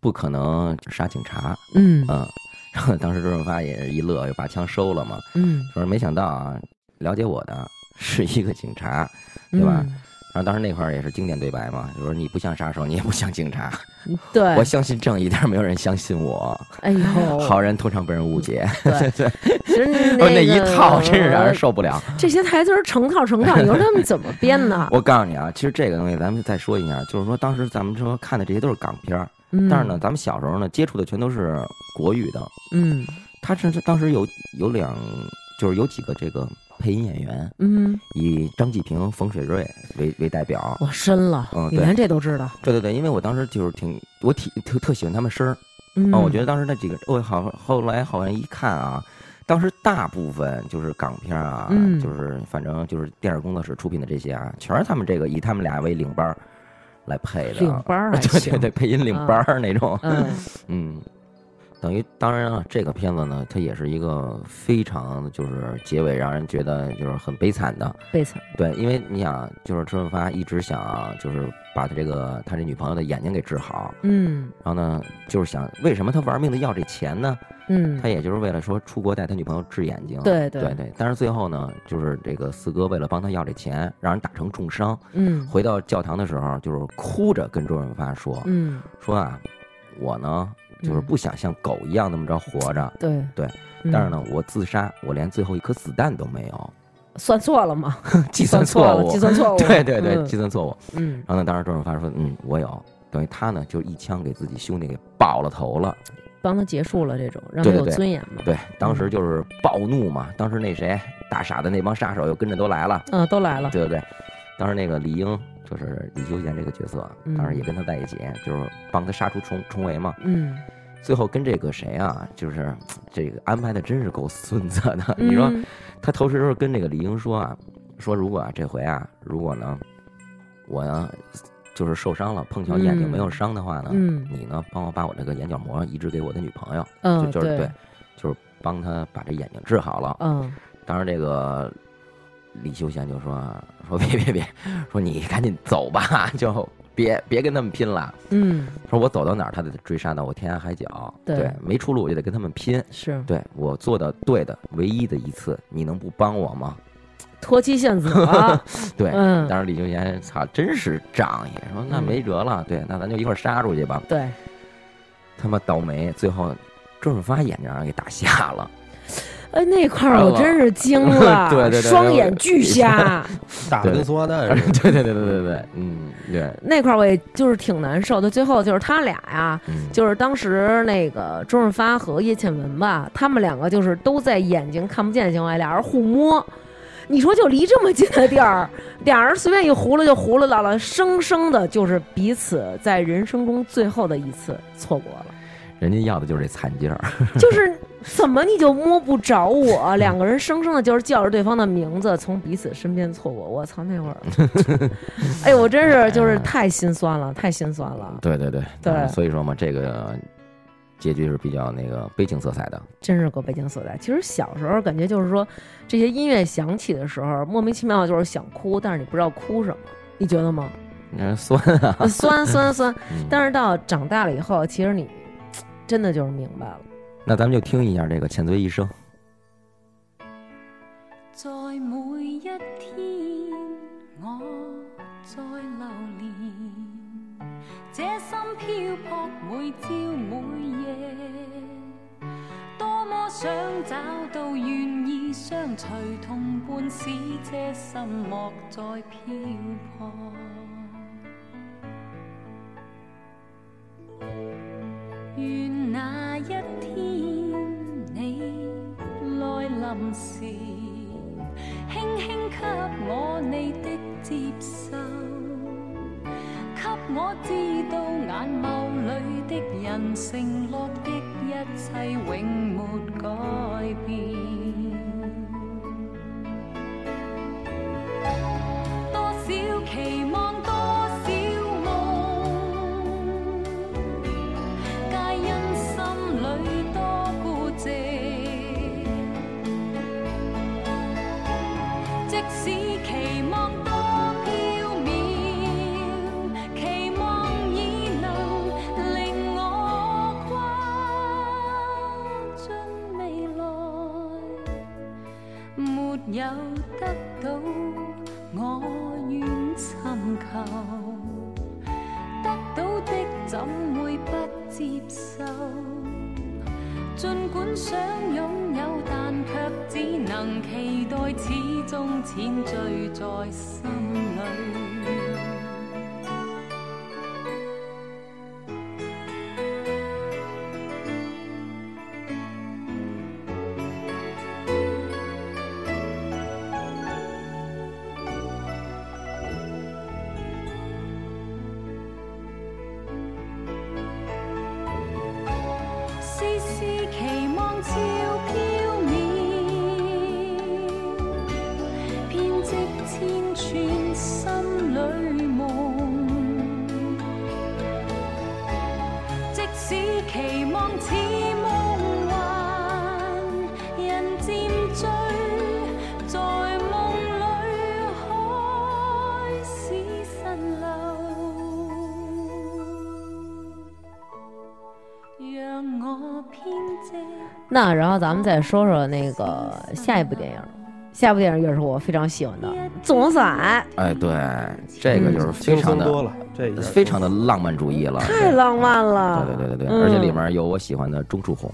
C: 不可能杀警察，
B: 嗯
C: 嗯。”然后当时周润发也是一乐，又把枪收了嘛，
B: 嗯，
C: 说没想到啊，了解我的是一个警察。对吧然后当时那块儿也是经典对白嘛，就说你不像杀手，你也不像警察，
B: 嗯？对，
C: 我相信正义，但是没有人相信我。
B: 哎呦，
C: 好人通常被人误解，
B: 对
C: 对，哦
B: 其实那 嗯
C: 那一套真是让人
B: 受。
C: 受不了。
B: 这些台词儿成套成套，你说他们怎么编呢？
C: 我告诉你啊，其实这个东西咱们再说一下，就是说当时咱们说看的这些都是港片儿，
B: 嗯
C: 但是呢，，咱们小时候呢接触的全都是国语的。
B: 嗯
C: 他甚至当时有有两，就是有几个这个配音演员，
B: 嗯，
C: 以张继平、冯水瑞为为代表。
B: 我深了
C: 嗯，
B: 你
C: 对
B: 连这都知道。
C: 对对对，因为我当时就是挺我挺特特喜欢他们声儿
B: 嗯，
C: 啊、我觉得当时那几个我好后来好像一看啊。当时大部分就是港片儿啊，
B: 嗯
C: 就是反正就是电视工作室出品的这些啊，全是他们这个以他们俩为领班儿来配的，啊
B: 领班儿还
C: 对
B: 行
C: 对对，配音领班儿那种。
B: 嗯，
C: 嗯，等于当然了，这个片子呢，它也是一个非常就是结尾让人觉得就是很悲惨的，
B: 悲惨，
C: 对，因为你想，就是周润发一直想就是把他这个他这女朋友的眼睛给治好，
B: 嗯
C: 然后呢，就是想为什么他玩命的要这钱呢？
B: 嗯
C: 他，也就是为了说出国带他女朋友治眼睛，
B: 对对
C: 对对，但是最后呢，就是这个四哥为了帮他要这钱，让人打成重伤，
B: 嗯
C: 回到教堂的时候就是哭着跟周润发说，
B: 嗯，
C: 说啊，我呢就是
B: 嗯
C: 不想像狗一样那么着活着，
B: 对
C: 对，
B: 嗯
C: 但是，呢，我自杀，我连最后一颗子弹都没有，
B: 算错了嘛，
C: 计
B: 嗯算
C: 算
B: 错
C: 错
B: 了，
C: 误，
B: 计算错误，
C: 对对对，
B: 嗯
C: 计算错误。
B: 嗯，
C: 然后呢，当时周润发说，嗯，我有。等于他呢，就一枪给自己兄弟给爆了头了。
B: 帮他结束了这种，让他
C: 对对
B: 有
C: 对
B: 尊严嘛，
C: 对，当
B: 嗯
C: 时就是暴怒嘛。当时那谁大傻的那帮杀手又跟着都来了，
B: 嗯，都来了，
C: 对不对？当时那个李英就就是李修贤这个角色
B: 嗯，
C: 当时也跟他在一起，就是帮他杀出重重围嘛。
B: 嗯，
C: 最后跟这个谁啊，就是这个安排的真是够孙子的。你说
B: 嗯
C: 他头十时候跟这个李英说啊，说如果啊这回啊，如果呢，我呢就是受伤了，碰巧眼睛没有伤的话呢，
B: 嗯
C: 你呢帮我把我这个眼角膜移植给我的女朋友，
B: 嗯
C: 就就是
B: 对
C: 对，就是帮她把这眼睛治好了。
B: 嗯
C: 当时这个李修贤就说说别别别，说你赶紧走吧， 就别别跟他们拼了。
B: 嗯，
C: 说我走到哪儿，他得追杀到我天涯海角，
B: 对
C: 没出路我就得跟他们拼。
B: 是
C: 对我做的对的，唯一的一次，你能不帮我吗？
B: 脱妻 献子了，
C: 对，
B: 嗯
C: 当时李修贤操，真是仗义，说那
B: 嗯
C: 没辙了，对，那咱就一块儿杀出去吧。
B: 对，
C: 他妈倒霉，最后周润发眼睛让人给打瞎了，
B: 哎，那块儿我真是 惊了，
C: 对对对对
B: 双眼巨 瞎，
D: 打的跟松花
B: 哎
D: 蛋似的。
C: 对对对对对对，嗯，对，
B: 那块儿我也就是挺难受的。最后就是他俩呀、
C: 嗯，
B: 就是当时那个周润发和叶倩文吧，他们两个就是都在眼睛看不见的情况下，俩人互摸。你说就离这么近的地儿，俩人随便一胡了就胡了到了，生生的就是彼此在人生中最后的一次错过了。
C: 人家要的就是这惨劲儿，
B: 就是怎么你就摸不着我？ 两个人生生的就是叫着对方的名字，从彼此身边错过。我操，那会儿，哎，我真是就是太心酸了，太心酸了，
C: 对对对
B: 对
C: 嗯所以说嘛，这个结局是比较那个悲情色彩的，
B: 真是够北京所在。其实小时候感觉就是说，这些音乐响起的时候，莫名其妙就是想哭，但是你不知道哭什么，你觉得吗？
C: 你看酸啊，
B: 酸酸酸。
C: 嗯
B: 但是到长大了以后，其实你真的就是明白了。
C: 那咱们就听一下这个《浅醉一生》。
F: 在每一天，我在流连，这心漂泊每朝每夜，多么想找到愿意相随同伴，使这心莫再漂泊。愿那一天你来临时，轻轻给我你的接受，给我知道眼眸里的人承诺的一切永没改变。多少期望，多少梦，皆因心里多孤寂。即使期望多飄渺，期望已能令我跨進未來。没有得到我愿寻求，得到的怎会不接受？尽管想拥有，但却只能期待，始终淺醉在心里。丝丝期望超飄渺，編織千串心裏夢。即使期望似夢幻，人漸醉，在夢裏開始滲流。让我编织。
B: 那然后咱们再说说那个下一部电影，下一部电影也是我非常喜欢的《纵火伞
C: 哎，对，这个就是非
D: 嗯轻
C: 常
D: 松
C: 的、
D: 多了，这一下
C: 非常的浪漫主义了，》，
B: 太浪漫了。
C: 对对对对对，
B: 嗯
C: 而且里面有我喜欢的钟楚红，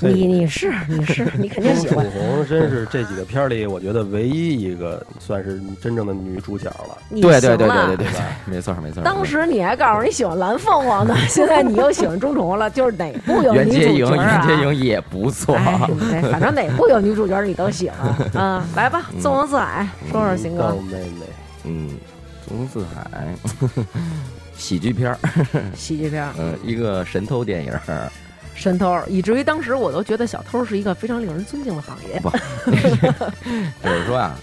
B: 你你是你是你肯定
D: 钟
B: 喜
D: 楚
B: 欢。
D: 红真是这几个片儿里，我觉得唯一一个算是真正的女主角了。
B: 你
C: 对对
B: 行
C: 对
B: 了
C: 对对对对，没错没错。
B: 当时你还告诉你喜欢蓝凤凰呢， 现在你又喜欢钟楚红了，就是哪部有
C: 袁
B: 女
C: 洁莹，
B: 主角
C: 袁
B: 啊？
C: 洁莹也不错。
B: 哎，对反正哪部有女主 角你都喜欢。嗯，来吧，《纵容四海》，说说行
D: 高
B: 哥。
D: 妹妹，
C: 嗯，吴四海， 喜剧片儿，
B: 喜剧片儿、
C: 呃，一个神偷电影儿，
B: 神偷，以至于当时我都觉得小偷是一个非常令人尊敬的行业。
C: 不，就是说啊，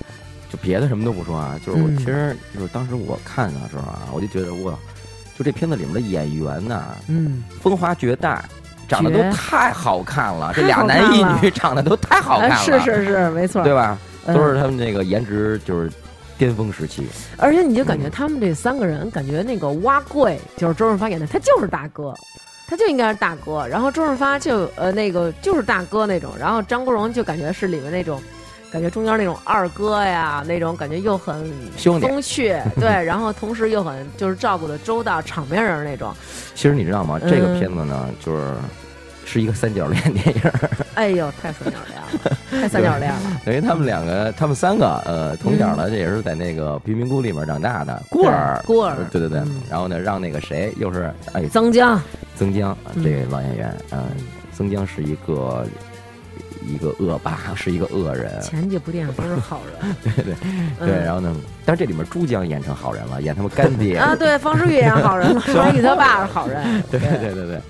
C: 就别的什么都不说啊，就是我、
B: 嗯
C: 其实就是当时我看的时候啊，我就觉得哇，就这片子里面的演员呐、
B: 嗯，
C: 风华绝代，长得都
B: 绝
C: 太好看了，这
B: 太
C: 俩
B: 好
C: 男
B: 看
C: 一
B: 了
C: 女长得都太好看
B: 哎是
C: 了，
B: 是是，没错，
C: 对吧？
B: 嗯
C: 都是他们那个颜值就是巅峰时期，
B: 而且你就感觉他们这三个人，感觉那个蛙贵就是周润发演的，他就是大哥，他就应该是大哥。然后周润发就呃那个就是大哥那种，然后张国荣就感觉是里面那种，感觉中间那种二哥呀，那种感觉又很
C: 兄弟
B: 风趣，对，然后同时又很就是照顾的周到，场面人那种。
C: 其实你知道吗？这个
B: 嗯
C: 片子呢，就是是一个三角恋电影儿，
B: 哎呦，太三角恋了，太三角恋了。
C: 等于他们两个，他们三个，呃，从小呢，这也是在那个贫民窟里面长大的孤儿，
B: 孤儿
C: 对对对
B: 嗯。
C: 然后呢，让那个谁，又是哎
B: 曾江，
C: 曾江啊
B: 嗯
C: 这位老演员，嗯，曾江是一个一个恶霸， 是一个恶人，
B: 前几部电影都是好人，
C: 对对对。
B: 嗯
C: 然后呢，但是这里面朱江演成好人了，演他们干爹，
B: 啊，对，方世玉也是好人， 方世玉他爸是好人，
C: 对对对对，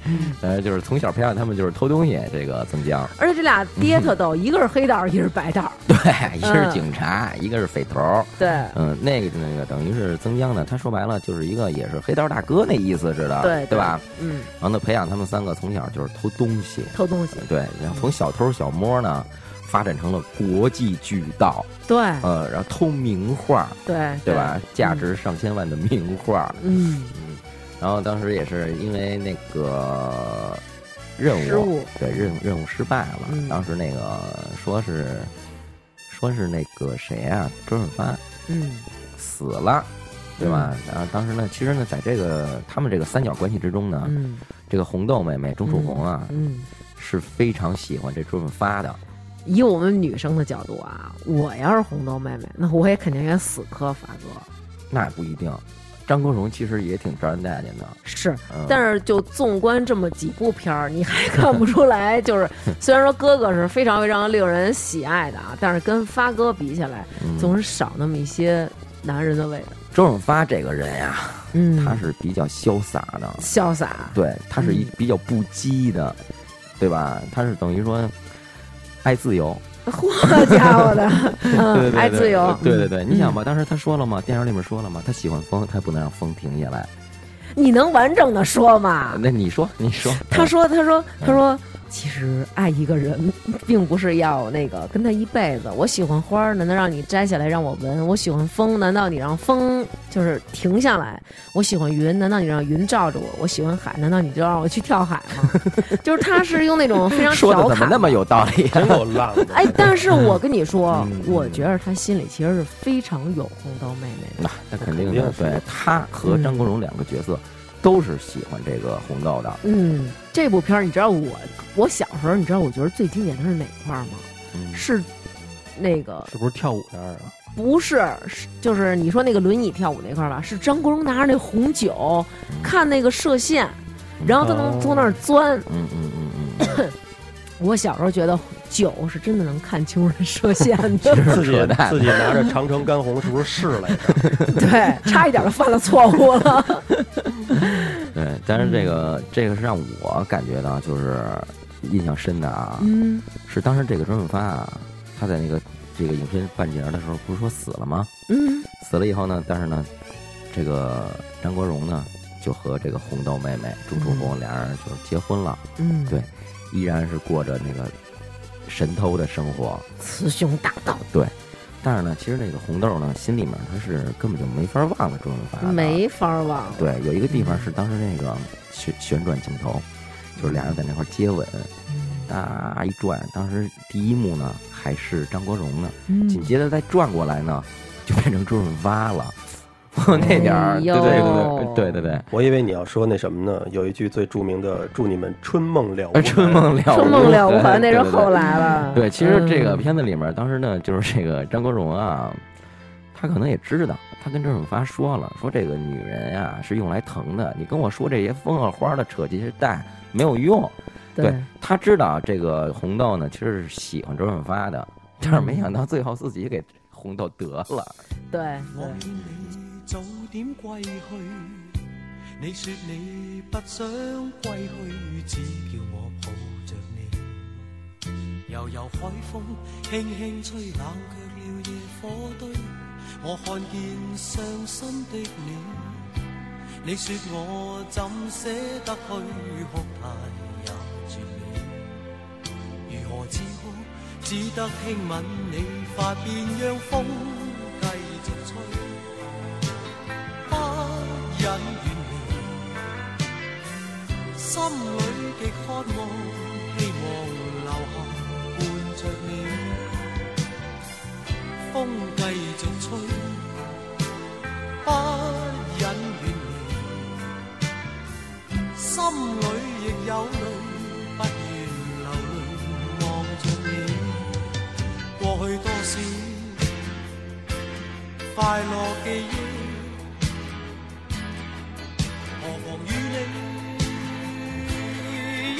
C: 呃，就是从小培养他们就是偷东西，这个曾江，
B: 而且这俩爹特逗，一个是黑道，一个是白道。
C: 对， 一个是
B: 嗯
C: 警察，一个是匪头儿。
B: 对
C: 嗯，那个那个等于是曾江呢，他说白了就是一个也是黑道大哥那意思似的，
B: 对
C: 对吧？？
B: 嗯，
C: 然后呢，培养他们三个从小就是偷东西，
B: 偷东西，
C: 对，然后从小偷小摸呢，发展成了国际巨盗，
B: 对
C: 呃，然后偷名画，
B: 对
C: 对？吧？价值上千万的名画，
B: 嗯，
C: 然后当时也是因为那个任务，
B: 失误
C: 对任务任务失败了，
B: 嗯
C: 当时那个说是说是那个谁啊，周润发
B: 嗯
C: 死了。对吧？然后当时呢，其实呢，在这个他们这个三角关系之中呢，
B: 嗯
C: 这个红豆妹妹钟楚红啊、
B: 嗯。
C: 是非常喜欢这周润发的。
B: 以我们女生的角度啊，我要是红豆妹妹，那我也肯定也死磕发哥。
C: 那也不一定，张国荣其实也挺招人待见的。
B: 是，
C: 嗯、
B: 但是就纵观这么几部片儿，你还看不出来， 就是虽然说哥哥是非常非常令人喜爱的啊，但是跟发哥比起来，总是少那么一些男人的味道。
C: 周润发这个人呀、
B: 嗯，
C: 他是比较潇洒的，
B: 潇洒，
C: 对，他是一
B: 嗯
C: 比较不羁的，对吧？他是等于说爱自由，
B: 好家伙的，
C: 对对
B: 嗯，
C: 对呃
B: 爱自由，
C: 对对对。
B: 嗯
C: 你想吧，当时他说了嘛，电影里面说了嘛，他喜欢风，他不能让风停下来。
B: 你能完整的说吗？
C: 那你说，你说，
B: 啊他说，他说，他说，其实爱一个人，并不是要那个跟他一辈子。我喜欢花儿，难道让你摘下来让我闻？我喜欢风，难道你让风就是停下来？我喜欢云，难道你让云罩着我？我喜欢海，难道你就让我去跳海 吗？就是他是用那种非常
C: 说
B: 调
C: 的怎么
B: 侃
C: 那么有道理 啊？
D: 真够浪的。
B: 哎，但是我跟你说
C: 嗯，
B: 我觉得他心里其实是非常有红豆妹妹的。
C: 那那肯定
D: 肯定
C: 的，
D: 是
C: 对他和张国荣两个角色都是喜欢这个红豆的。
B: 嗯，这部片儿你知道我我小时候你知道我觉得最经典的是哪块儿吗？
C: 嗯
B: 是那个
D: 是不是跳舞那儿啊？
B: 不是是就是你说那个轮椅跳舞那块儿吧？是张国荣拿着那红酒
C: 嗯
B: 看那个射线，然后他
C: 哦
B: 能从那儿钻。
C: 嗯嗯嗯嗯嗯，
B: 我小时候觉得酒是真的能看清人射线的，
D: 自己
C: 扯淡
D: 自己拿着长城干红是不是试来着？
B: 对，差一点就犯了错误 了。
C: 对。但是这个这个是让我感觉到就是印象深的啊。
B: 嗯
C: 是当时这个周润发啊，他在那个这个影片半截儿的时候，不是说死了吗？
B: 嗯，
C: 死了以后呢，但是呢，这个张国荣呢，就和这个红豆妹妹钟楚红俩人就结婚了，
B: 嗯，
C: 对依然是过着那个神偷的生活。
B: 雌雄大盗。
C: 但是呢，其实那个红豆呢，心里面他是根本就没法忘了周润发的。
B: 没法儿忘。
C: 对，有一个地方是当时那个旋旋转镜头，就是俩人在那块儿接吻，
B: 嗯
C: 啊一转，当时第一幕呢还是张国荣呢，
B: 嗯
C: 紧接着再转过来呢，就变成周润发了。 那点儿，
B: 哎
C: 对
B: 呦
C: 对对对对对
D: 我以为你要说那什么呢？有一句最著名的“祝你们春梦了无
C: 对，啊
D: 痕”，
C: 春梦了，
B: 春梦了无痕，那
C: 对
B: 是
C: 对对
B: 后来了。
C: 对，其实这个
B: 嗯
C: 片子里面，当时呢，就是这个张国荣啊，他可能也知道，他跟周润发说了，说这个女人呀、是用来疼的，你跟我说这些风啊花的扯这些淡没有用。对
B: 对，
C: 他知道这个红豆呢，其实是喜欢周润发 的，但是没想到最后自己给红豆得了。
B: 对
E: 我见你早點歸去。你說你不想歸去，只叫我抱着你。悠悠海風輕輕吹，冷卻了夜火堆。我看見傷心的你。你说我怎舍得去哭嘆也絕美，如何止哭？只得輕吻你髮邊，讓風繼續吹，不忍遠離，心裏極渴望，希望留下伴着你，風繼續吹，不忍遠離。心里亦有淚，不願流淚望着你。過去多少快樂記憶，何妨與你一起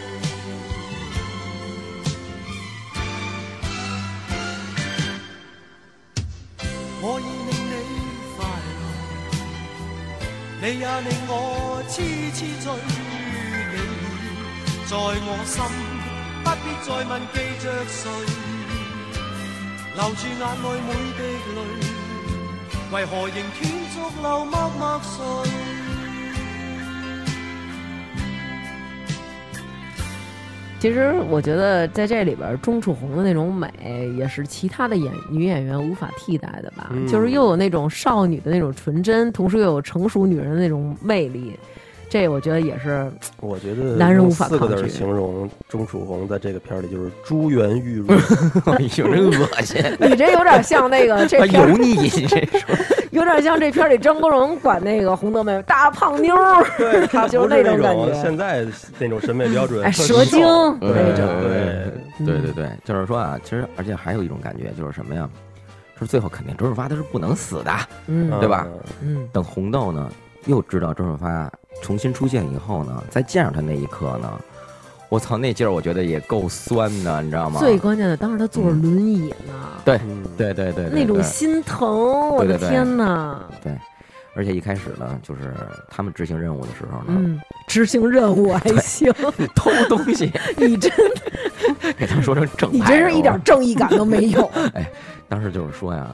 E: 我已令你快樂，你也令我痴痴醉，你已在我心，不必再問記着誰，留住眼內每滴淚，為何仍斷續流默默睡？
B: 其实我觉得在这里边儿，钟楚红的那种美，也是其他的演女演员无法替代的吧。
D: 嗯
B: 就是又有那种少女的那种纯真，同时又有成熟女人的那种魅力，这我觉得也 是
D: 我觉得
B: 男人无法
D: 用四个
B: 抗
D: 字
B: 拒
D: 形容钟楚红在这个片儿里就是珠圆玉润，
C: 哎呦，真恶心，
B: 你这有点像那个这
C: 啊
B: 片儿
C: 油腻，你这说，
B: 有点像这片儿里张国荣管那个红德妹大胖妞儿，
D: 对他
B: 就是
D: 不是
B: 那种感觉
D: 现在那种审美标准，
B: 哎
D: 特
B: 蛇
D: 瘦
B: 精
D: 对
B: 那
C: 种
D: 对，
C: 对对对，就是说啊，其实而且还有一种感觉就是什么呀？就是最后肯定周润发他是不能死的。
B: 嗯
C: 对吧
D: 嗯？
B: 嗯，
C: 等红豆呢又知道周润发重新出现以后呢，再见上他那一刻呢，我操，那劲儿我觉得也够酸的，你知道吗？
B: 最关键的当时他坐着轮椅呢，
C: 对
D: 嗯
C: 对对对对，
B: 那种
C: 对
B: 心疼，我的
C: 对嗯对对
B: 天哪！
C: 对，而且一开始呢，就是他们执行任务的时候呢，
B: 嗯，执行任务还行，
C: 偷东 西
B: 你真
C: 给他们说成正派，
B: 你真是一
C: 我
B: 点正义感都没有。
C: 当时就是说呀，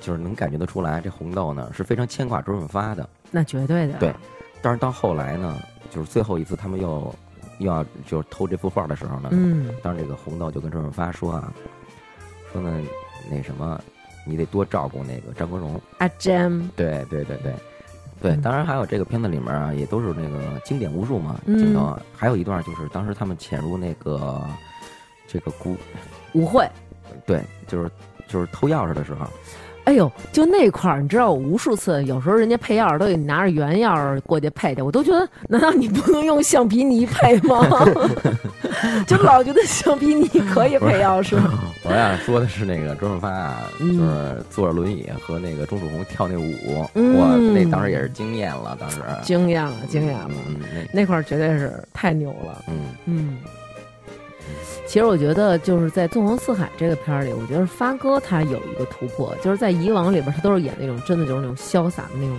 C: 就是能感觉得出来，这红豆呢是非常牵挂周润发的。
B: 那绝对的，
C: 对但是到后来呢，就是最后一次他们又又要就是偷这幅画的时候呢，
B: 嗯，
C: 当时这个红豆就跟周润发说啊，说呢那什么，你得多照顾那个张国荣。
B: 阿 Jam，
C: 对对对对。对，
B: 嗯
C: 当然还有这个片子里面啊，也都是那个经典无数嘛
B: 嗯
C: 镜头啊。还有一段就是当时他们潜入那个这个古，
B: 舞会，
C: 对，就是就是偷钥匙的时候，
B: 哎呦，就那块儿，你知道，我无数次，有时候人家配钥匙都得拿着原钥匙过去配去，我都觉得，难道你不能用橡皮泥配吗？ 就老觉得橡皮泥可以配钥匙。
C: 我想说的是那个周润发啊，
B: 嗯
C: 就是坐着轮椅和那个钟楚红跳那舞，
B: 嗯
C: 我那当时也是惊艳了，当时
B: 惊艳了，惊艳了，
C: 嗯嗯
B: 那块儿绝对是太牛了。
C: 那嗯
B: 嗯，其实我觉得就是在《纵横四海》这个片儿里，我觉得发哥他有一个突破，就是在以往里边儿他都是演那种真的就是那种潇洒的那种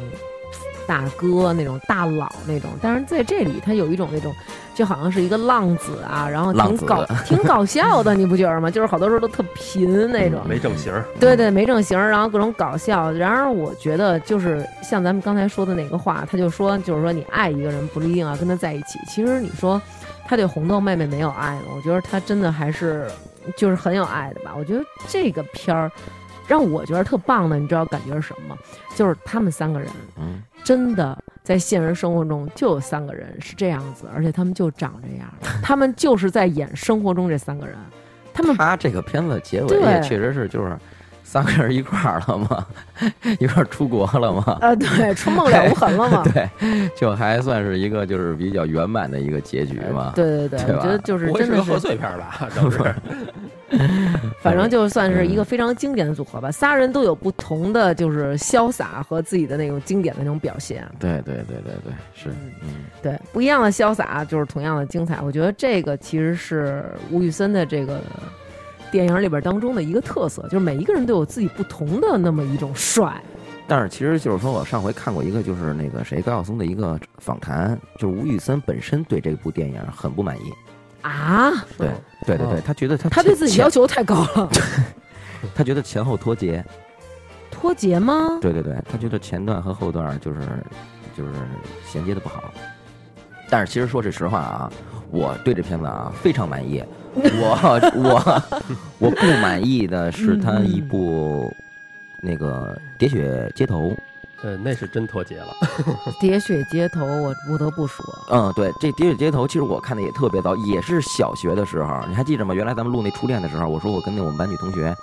B: 大哥那种大佬那种，但是在这里他有一种那种就好像是一个浪子啊，然后
C: 浪
B: 挺
C: 子
B: 搞挺搞笑的，你不觉得吗？就是好多时候都特贫那种。
D: 没正形儿，
B: 对对，没正形儿，然后各种搞笑。然而，我觉得就是像咱们刚才说的那个话，他就说，就是说你爱一个人不一定要跟他在一起。其实你说他对红豆妹妹没有爱吗？我觉得他真的还是就是很有爱的吧。我觉得这个片儿让我觉得特棒的，你知道感觉是什么吗？就是他们三个人
C: 嗯，
B: 真的在现实生活中就有三个人是这样子，而且他们就长这样，他们就是在演生活中这三个人，他们
C: 他这个片子结尾
B: 对
C: 也确实是就是。三个人一块儿了嘛， 一块儿出国了嘛，。
B: 呃，对，出梦了无痕了嘛
C: 对，就还算是一个就是比较圆满的一个结局嘛。
B: 对对对，
C: 对
B: 我觉得
C: 吧
B: 就是
D: 不会
B: 真
D: 是
B: 的
D: 个
B: 是
D: 贺，岁片儿 吧？这不是
B: 反正就算是一个
C: 嗯
B: 非常经典的组合吧。仨人都有不同的就是潇洒和自己的那种经典的那种表现，
C: 对对对对对，是，嗯，
B: 对，不一样的潇洒就是同样的精彩。我觉得这个其实是吴宇森的这个电影里边当中的一个特色，就是每一个人都有自己不同的那么一种帅。
C: 但是其实就是说我上回看过一个就是那个谁高晓松的一个访谈，就是吴宇森本身对这部电影很不满意，
B: 啊，
C: 对对对对，他觉得他
B: 他对自己
C: 前
B: 要求太高了，
C: 他觉得前后脱节，
B: 脱节吗？
C: 对对对，他觉得前段和后段就是就是衔接的不好。但是其实说句实话啊，我对这片子啊非 常满意。我我我不满意的是他一部
B: 嗯
C: 那个《喋血街头》。
D: 呃，那是真脱节 了。
B: 喋血街头，我不得不说，
C: 嗯，对，这《喋血街头》其实我看的也特别早，也是小学的时候。你还记着吗？原来咱们录那初恋的时候，我说我跟那我们班女同学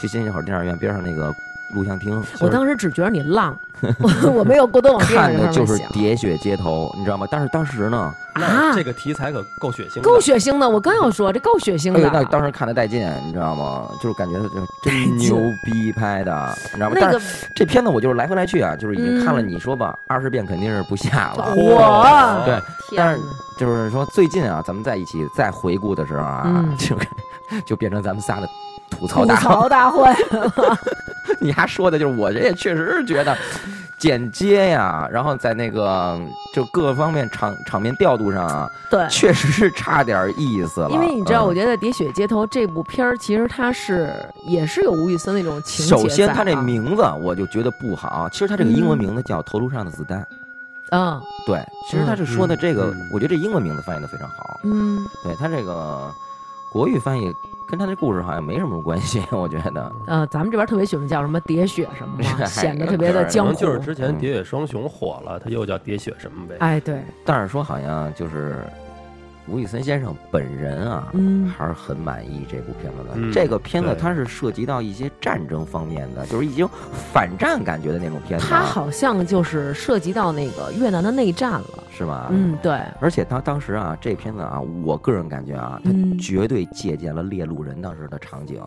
C: 去新街口电影院边上那个录像厅，
B: 我当时只觉得你 浪，我我没有过多往这
C: 看的
B: 个上面
C: 就是《
B: 想
C: 喋血街头》，你知道吗？但是当时呢，
B: 啊
D: 那这个题材可够血腥的，
B: 够血腥的。我刚要说这够血腥
C: 哎呦，
B: 的，
C: 那当时看的带劲，你知道吗？就是感觉就是真牛逼 拍的，你知道吗？
B: 那
C: 但
B: 个
C: 是这片子我就是来回来去啊，就是已经看了，
B: 嗯
C: 你说吧，二十遍肯定是不下
D: 啊
C: 了。
B: 我
C: 对，
B: 天
C: 但是
B: 哪
C: 就是说最近啊，咱们在一起再回顾的时候啊
B: 嗯，
C: 就 就变成咱们仨的吐槽
B: 吐
C: 大会。
B: 槽大会，
C: 你还说的就是我这也确实是 觉得剪接呀，然后在那个就各方面场场面调度上啊，
B: 对。
C: 确实是差点意思了。
B: 哎因为你知道，
C: 嗯
B: 我觉得《喋血街头》这部片儿，其实它是也是有吴宇森那种情节在啊。
C: 首先，它这名字啊我就觉得不好。啊其实它这个英文名字叫《头颅上的子弹》。
B: 嗯
C: 对，其实它是说的这个，
D: 嗯嗯
C: 我觉得这英文名字翻译的非常好。
B: 嗯，
C: 对它这个国语翻译跟它这故事好像没什么关系， 我觉得。
B: 呃，咱们这边特别喜欢叫什么喋血什么 的，显得特别的
D: 可
B: 江
D: 能
B: 湖。
D: 就是之前
C: 嗯
D: 《喋血双雄》火了，它又叫《喋血什么》呗。
B: 哎，对，
C: 但是说好像就是吴宇森先生本人啊，
B: 嗯
C: 还是很满意这部片子的。
D: 嗯
C: 这个片子
D: 对
C: 它是涉及到一些战争方面的，就是已经反战感觉的那种片子啊，
B: 他好像就是涉及到那个越南的内战了。
C: 是吧？
B: 嗯，对，
C: 而且他当时啊，这片子啊，我个人感觉啊，他
B: 嗯
C: 绝对借鉴了《猎鹿人》当时的场景，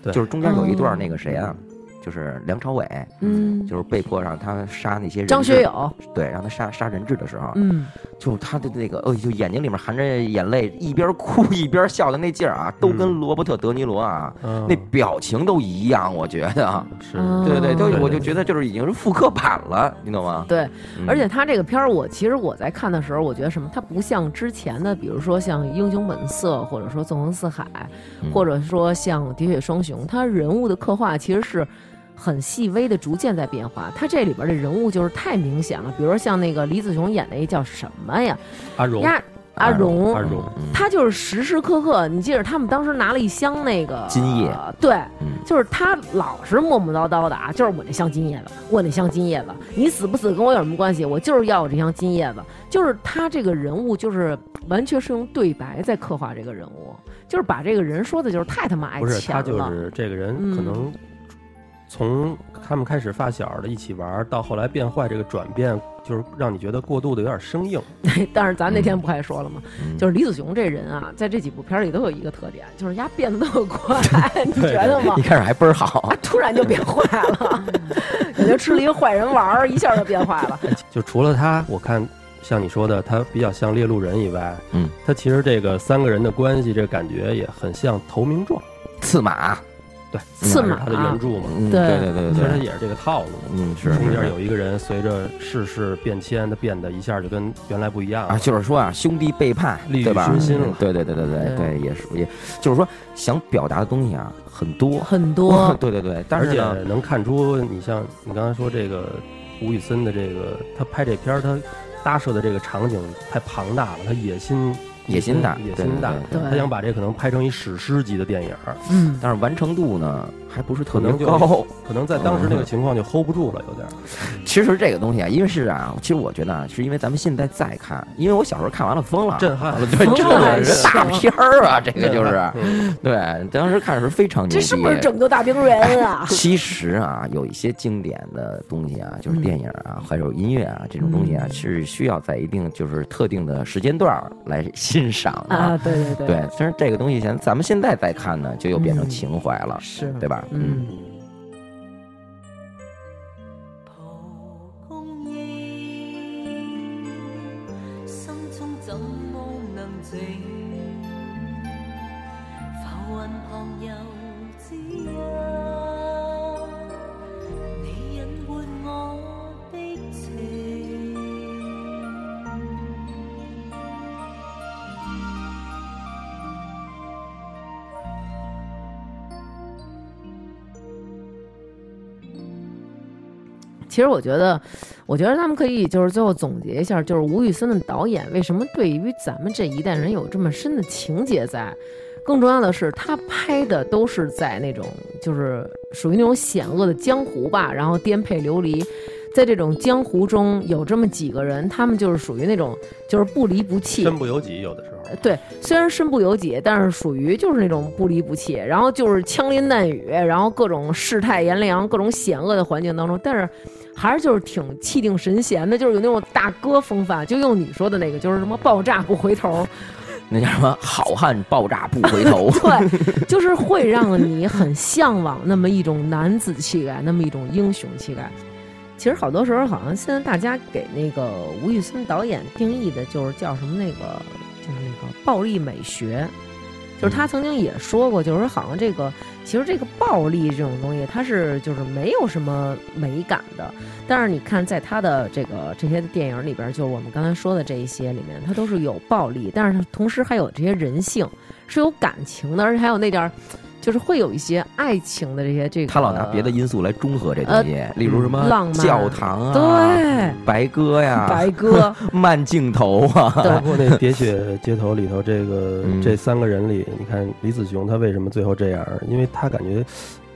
D: 对
C: 就是中间有一段那
B: 哦
C: 个谁啊，就是梁朝伟，
B: 嗯，
C: 就是被迫让他杀那些人质
B: 张学，友，
C: 对，让他杀杀人质的时候，
B: 嗯，
C: 就是他的那个，呃，就眼睛里面含着眼泪，一边哭 一边笑的那劲儿啊，都跟罗伯特·德尼罗啊。
D: 嗯
C: 那表情都一样，我觉得，
D: 是
B: 嗯
C: 对对，
B: 哦
C: 都我就觉得就是已经是复刻版了，你懂吗？
B: 对，
C: 嗯
B: 而且他这个片儿，我其实我在看的时候，我觉得什么，它不像之前的，比如说像《英雄本色》，或者说《纵横四海》，或者说像《喋血双雄》，他人物的刻画其实是很细微的，逐渐在变化。他这里边的人物就是太明显了，比如说像那个李子雄演那叫什么呀？
D: 阿荣，
B: 呀，阿荣，
D: 阿荣，
B: 他啊就是时时刻刻，你记着他们当时拿了一箱那个
C: 金叶，
B: 对，
C: 嗯
B: 就是他老是磨磨叨叨的啊，就是我这箱金叶子，我那箱金叶子，你死不死跟我有什么关系？我就是要我这箱金叶子。就是他这个人物，就是完全是用对白在刻画这个人物，就是把这个人说的就是太他妈爱
D: 不是
B: 钱
D: 他
B: 了，
D: 就是这个人，
B: 嗯
D: 可能从他们开始发小的一起玩儿，到后来变坏，这个转变就是让你觉得过度的有点生硬。
B: 但是咱那天不还说了吗？
C: 嗯
B: 就是李子雄这人啊，在这几部片儿里都有一个特点，就是丫变得特快，你觉得吗
C: 一？开始还倍儿好
B: 啊，，突然就变坏了， 感觉吃了一个坏人丸儿，一下就变坏了。
D: 就除了他，我看像你说的，他比较像猎鹿人以外，
C: 嗯，
D: 他其实这个三个人的关系，这感觉也很像《投名状》，
C: 刺马，
D: 对，
B: 刺
D: 是
B: 马啊
D: 他的原著嘛。
C: 嗯，
B: 对
C: 对对对
D: 其
C: 对
D: 实他
C: 对，
D: 也是这个套路，
C: 嗯是
D: 中
C: 是
D: 间
C: 是
D: 有一个人随着世事变迁，他变得一下就跟原来不一样了。
C: 啊，就是说啊，兄弟背叛，
D: 利欲
C: 对吧？
D: 熏心了
C: 对对对对对
B: 对
C: 对，也是也，就是说想表达的东西啊很多，
B: 很多，
C: 对对对，但
D: 而
C: 是
D: 且
C: 呢，
D: 能看出，你像你刚才说这个吴宇森的这个，他拍这片儿，他搭设的这个场景太庞大了，他野心
C: 野心大
D: 野
C: 对
D: 心大，
C: 对
B: 对对
D: 他想把这可能拍成一史诗级的电影儿，
B: 嗯，
C: 但是完成度呢还不是特
D: 可
C: 别
D: 能就
C: 高。
D: 可能在当时那个情况就 hold 不住了，有点儿。
C: 其实这个东西啊，因为是啊，其实我觉得啊，是因为咱们现在再看，因为我小时候看完了疯了，
D: 震撼
C: 了， 对，
B: 疯
C: 震
B: 了
C: 撼，人大
B: 是
C: 片儿啊，这个就
D: 震
C: 是
D: 撼， 嗯
C: 对，当时看的时候非常牛逼。
B: 这是不是拯救大兵人啊？
C: 其实啊，有一些经典的东西啊，
B: 嗯
C: 就是电影啊，还有音乐啊，这种东西啊，是需要在一定就是特定的时间段儿来欣赏的。
B: 啊，对对对，
C: 对，但是这个东西咱咱们现在再看呢，就又变成情怀了，
B: 是，
C: 对吧？
B: 嗯，
F: 蒲公英，心中怎么能静？浮云旁游之一，你隐瞒我的情。
B: 其实我觉得，我觉得他们可以就是最后总结一下，就是吴宇森的导演为什么对于咱们这一代人有这么深的情结在。更重要的是，他拍的都是在那种就是属于那种险恶的江湖吧，然后颠沛流离，在这种江湖中有这么几个人，他们就是属于那种就是不离不弃，
D: 身不由己，有的时候。
B: 对，虽然身不由己，但是属于就是那种不离不弃，然后就是枪林弹雨，然后各种世态炎凉、各种险恶的环境当中，但是还是就是挺气定神闲的，就是有那种大哥风范。就用你说的那个，就是什么爆炸不回头，
C: 那叫什么？好汉爆炸不 回 头。
B: 对，就是会让你很向往那么一种男子气概，那么一种英雄气概。其实好多时候，好像现在大家给那个吴宇森导演定义的就是叫什么那个，就是那个暴力美学。就是他曾经也说过，就是说好像这个其实这个暴力这种东西，它是就是没有什么美感的。但是你看，在他的这个这些电影里边，就是我们刚才说的这一些里面，它都是有暴力，但是它同时还有这些人性，是有感情的，而且还有那点儿，就是会有一些爱情的这些这个。
C: 他老拿别的因素来中和这东西，例如什么
B: 呃浪漫
C: 教堂啊、
B: 对
C: 白鸽呀、
B: 白 鸽，
C: 慢镜头啊，
D: 包
B: 对
D: 括那《喋血街头》里头，这个、
C: 嗯
D: 这三个人里，你看李子雄他为什么最后这样？因为他感觉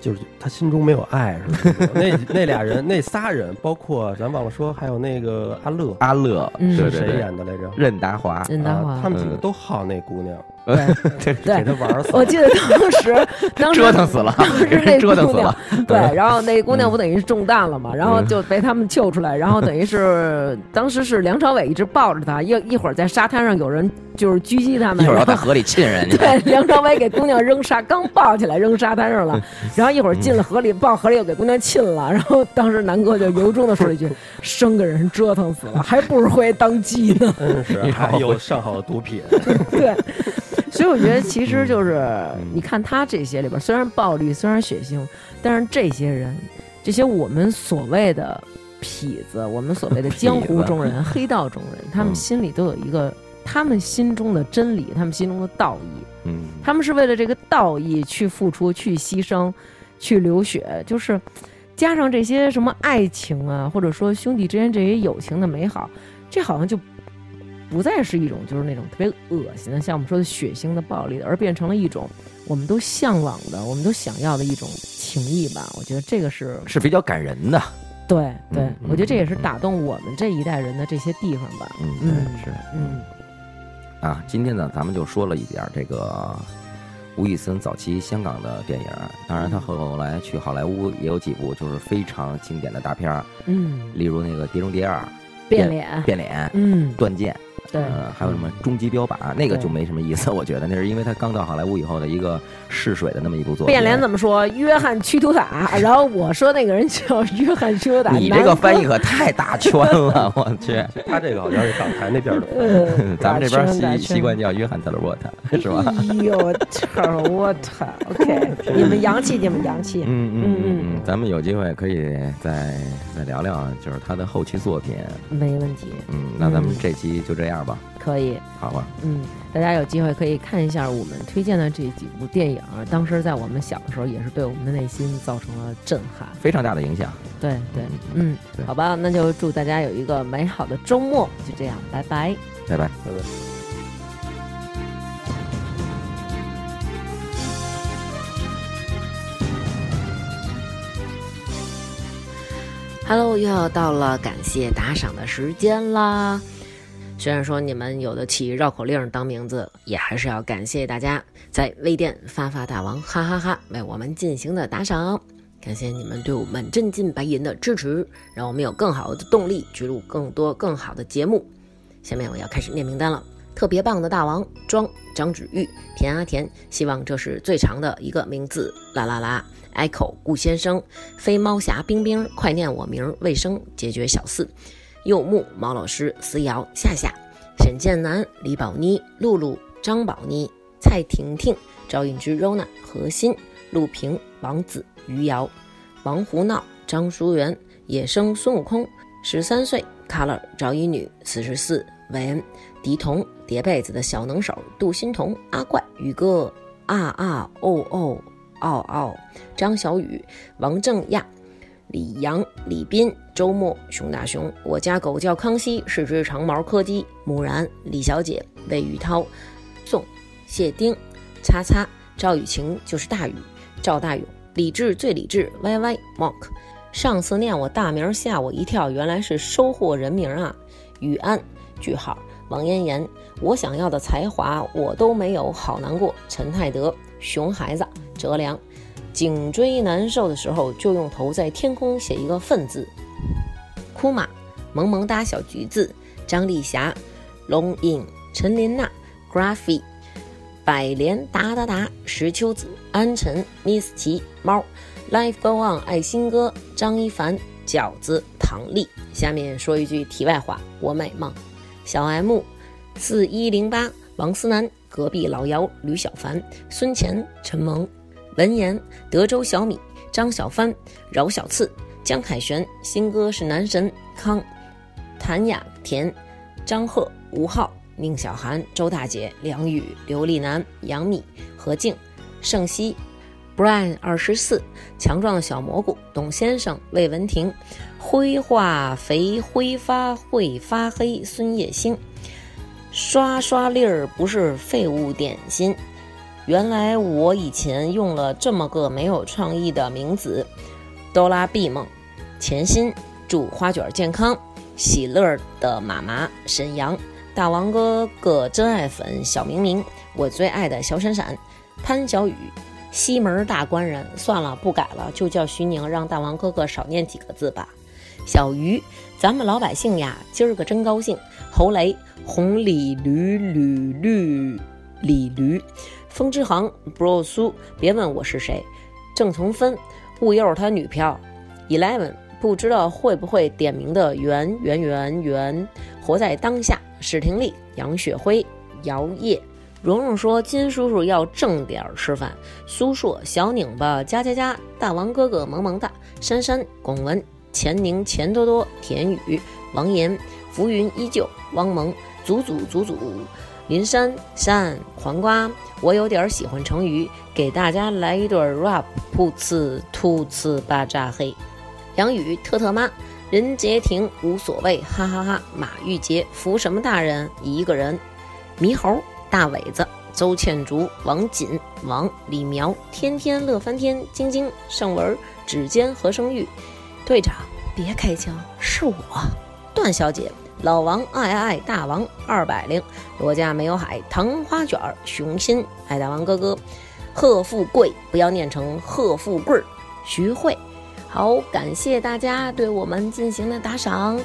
D: 就是他心中没有爱，是吧？ 那那俩人，那仨人，包括咱忘了说，还有那个阿乐，
C: 阿乐，
B: 嗯
C: 啊对
D: 是
C: 对
D: 谁
C: 对，
D: 演的来着？
C: 任达华，
B: 任达华
D: 啊，他们几个
C: 嗯
D: 都好那姑娘，
B: 对
D: 给
B: 对。
D: 她玩死 了。
B: 我记得当 时，当时
C: 折腾死了
B: 当时那
C: 折腾
B: 姑
C: 死
B: 娘
C: 了，
B: 对，然后那姑娘不等于是中弹了嘛，然后
C: 嗯
B: 就被他们救出来，然后等于是当时是梁朝伟一直抱着她，一一会儿在沙滩上有人就是狙击他们，
C: 一会儿要
B: 然后
C: 在河里浸人去。
B: 对，梁朝伟给姑娘扔沙，刚抱起来扔沙滩 上了，然后一会儿
C: 嗯
B: 进了河里，抱河里又给姑娘亲了，然后当时南哥就由衷的说 了一句：“生个人折腾死了，还不如回来当鸡呢。
D: 真是
C: 你好
D: 还有上好的 毒品，”
B: 对。所以我觉得，其实就是你看他这些里边，虽然暴力，虽然血腥，但是这些人，这些我们所谓的痞子，我们所谓的江湖中人、黑道中人，他们
C: 嗯
B: 心里都有一个他们心中的真理，他们心中的道义。
C: 嗯，
B: 他们是为了这个道义去付出、去牺牲、去流血，就是加上这些什么爱情啊，或者说兄弟之间这些友情的美好，这好像就不再是一种就是那种特别恶心的，像我们说的血腥的暴力的，而变成了一种我们都向往的、我们都想要的一种情谊吧。我觉得这个是
C: 是比较感人的。
B: 对对，
C: 嗯
B: 我觉得这也是打动我们这一代人的这些地方吧。
C: 嗯，
B: 嗯
C: 对，是
B: 嗯
C: 啊。今天呢，咱们就说了一点儿这个吴宇森早期香港的电影儿，当
B: 嗯
C: 然他后来去好莱坞也有几部就是非常经典的大片儿，
B: 嗯，
C: 例如那个《碟中谍二》
B: 变脸，
C: 变脸、
B: 嗯，
C: 断剑，
B: 对，
C: 呃，还有什么《终极标靶》，那个就没什么意思，我觉得那是因为他刚到好莱坞以后的一个试水的那么一部作品。
B: 变脸怎么说？约翰屈图塔。然后我说那个人叫 约翰屈图塔。
C: 你这个翻译
B: 南
C: 可太大圈了，我 去！
D: 他这个好像是港台那边的。
B: 哥，呃
C: 咱们这边习习惯。
B: 打圈
C: 叫约翰特勒沃 特，是吧？
B: 打圈哎呦，我操！我操！OK，你们洋气，你们洋气。
C: 嗯嗯
B: 嗯
C: 嗯嗯，咱们有机会可以再再聊聊，就是他的后期作品。
B: 没问题，
C: 嗯，那咱们
B: 嗯
C: 这期就这样吧，
B: 可以。
C: 好吧？
B: 嗯，大家有机会可以看一下我们推荐的这几部电影，当时在我们小的时候也是对我们的内心造成了震撼。
C: 非常大的影响。
B: 对对
C: 嗯，
B: 嗯
C: 对，
B: 好吧，那就祝大家有一个美好的周末，就这样，拜拜。
C: 拜拜。
D: 对不对
B: Hello，又要到了感谢打赏的时间啦！虽然说你们有的起绕口令当名字，也还是要感谢大家在微店发发大王哈哈哈为我们进行的打赏，感谢你们对我们真金白银的支持，让我们有更好的动力去录更多更好的节目。下面我要开始念名单了。特别棒的大王庄张芷玉田阿田，希望这是最长的一个名字。啦啦啦，Echo 顾先生，飞猫侠冰冰，快念我名儿卫生解决小四，柚木毛老师思瑶夏夏，沈建南李宝妮露露张宝妮蔡婷婷赵韵之 Rona 何欣陆平王子余瑶王胡闹张淑媛野生孙悟空十三岁 Color 赵一女四十四韦恩迪童叠被子的小能手杜欣彤阿怪宇哥啊啊哦哦奥奥张小雨王正亚李阳、李斌、周末、熊大熊，我家狗叫康熙，是只长毛柯基。木然、李小姐、魏宇涛、宋、谢丁、擦擦、赵雨晴就是大雨，赵大勇、理智最理智、歪歪、Monk。上次念我大名吓我一跳，原来是收获人名啊！雨安、句号、王嫣妍，我想要的才华我都没有，好难过。陈泰德、熊孩子、哲良。颈椎难受的时候，就用头在天空写一个“奋”字。库玛、萌萌哒小橘子、张丽霞、龙影、陈琳娜、Graphy、百莲达达达、石秋子、安晨、Miss 奇、猫、Life Go On、爱新哥、张一凡、饺子、唐丽。下面说一句题外话，我美梦，小 M、四一零八、王思南、隔壁老姚、吕小凡、孙乾、陈萌、文言、德州小米、张小帆、饶小次、江凯旋、新哥是男神康、谭雅田、张赫、吴昊、宁小涵、周大姐、梁宇、刘丽楠、杨幂、何静、盛熙、Brian 二十四、强壮的小蘑菇、董先生、魏文婷、灰化肥挥发会发黑、孙叶星、刷刷粒儿不是废物点心。原来我以前用了这么个没有创意的名字：哆啦 B 梦、甜心、祝花卷健康、喜乐的妈妈、沈阳、大王哥哥、真爱粉、小明明、我最爱的小闪闪、潘小雨、西门大官人。算了，不改了，就叫徐宁，让大王哥哥少念几个字吧。小鱼，咱们老百姓呀，今儿个真高兴。侯雷，红鲤驴吕绿鲤驴。风之航、bro 苏，别问我是谁，郑从芬，雾又是他女票，Eleven，不知道会不会点名的袁袁袁袁，活在当下，史廷利、杨雪辉、姚烨。蓉蓉说：“金叔叔要正点儿吃饭。”苏硕、小拧巴、加加加、大王哥哥、萌萌哒、珊珊、龚文、钱宁、钱多多、田宇、王岩、浮云依旧、汪萌、祖祖祖祖、林珊珊、黄瓜，我有点喜欢成语，给大家来一段 rap，噗呲突呲巴扎嘿。杨宇、特特妈、任洁婷无所谓，哈哈哈马玉洁服什么大人？一个人。猕猴、大伟子、邹倩竹、王锦、王李苗、天天乐翻天、晶晶、盛文、指尖和声玉、队长，别开枪，是我。段小姐、老王、爱爱爱、大王、二百零、罗家没有海、糖花卷儿、熊心、爱大王哥哥、贺富贵，不要念成贺富贵儿、徐慧。好，感谢大家对我们进行的打赏，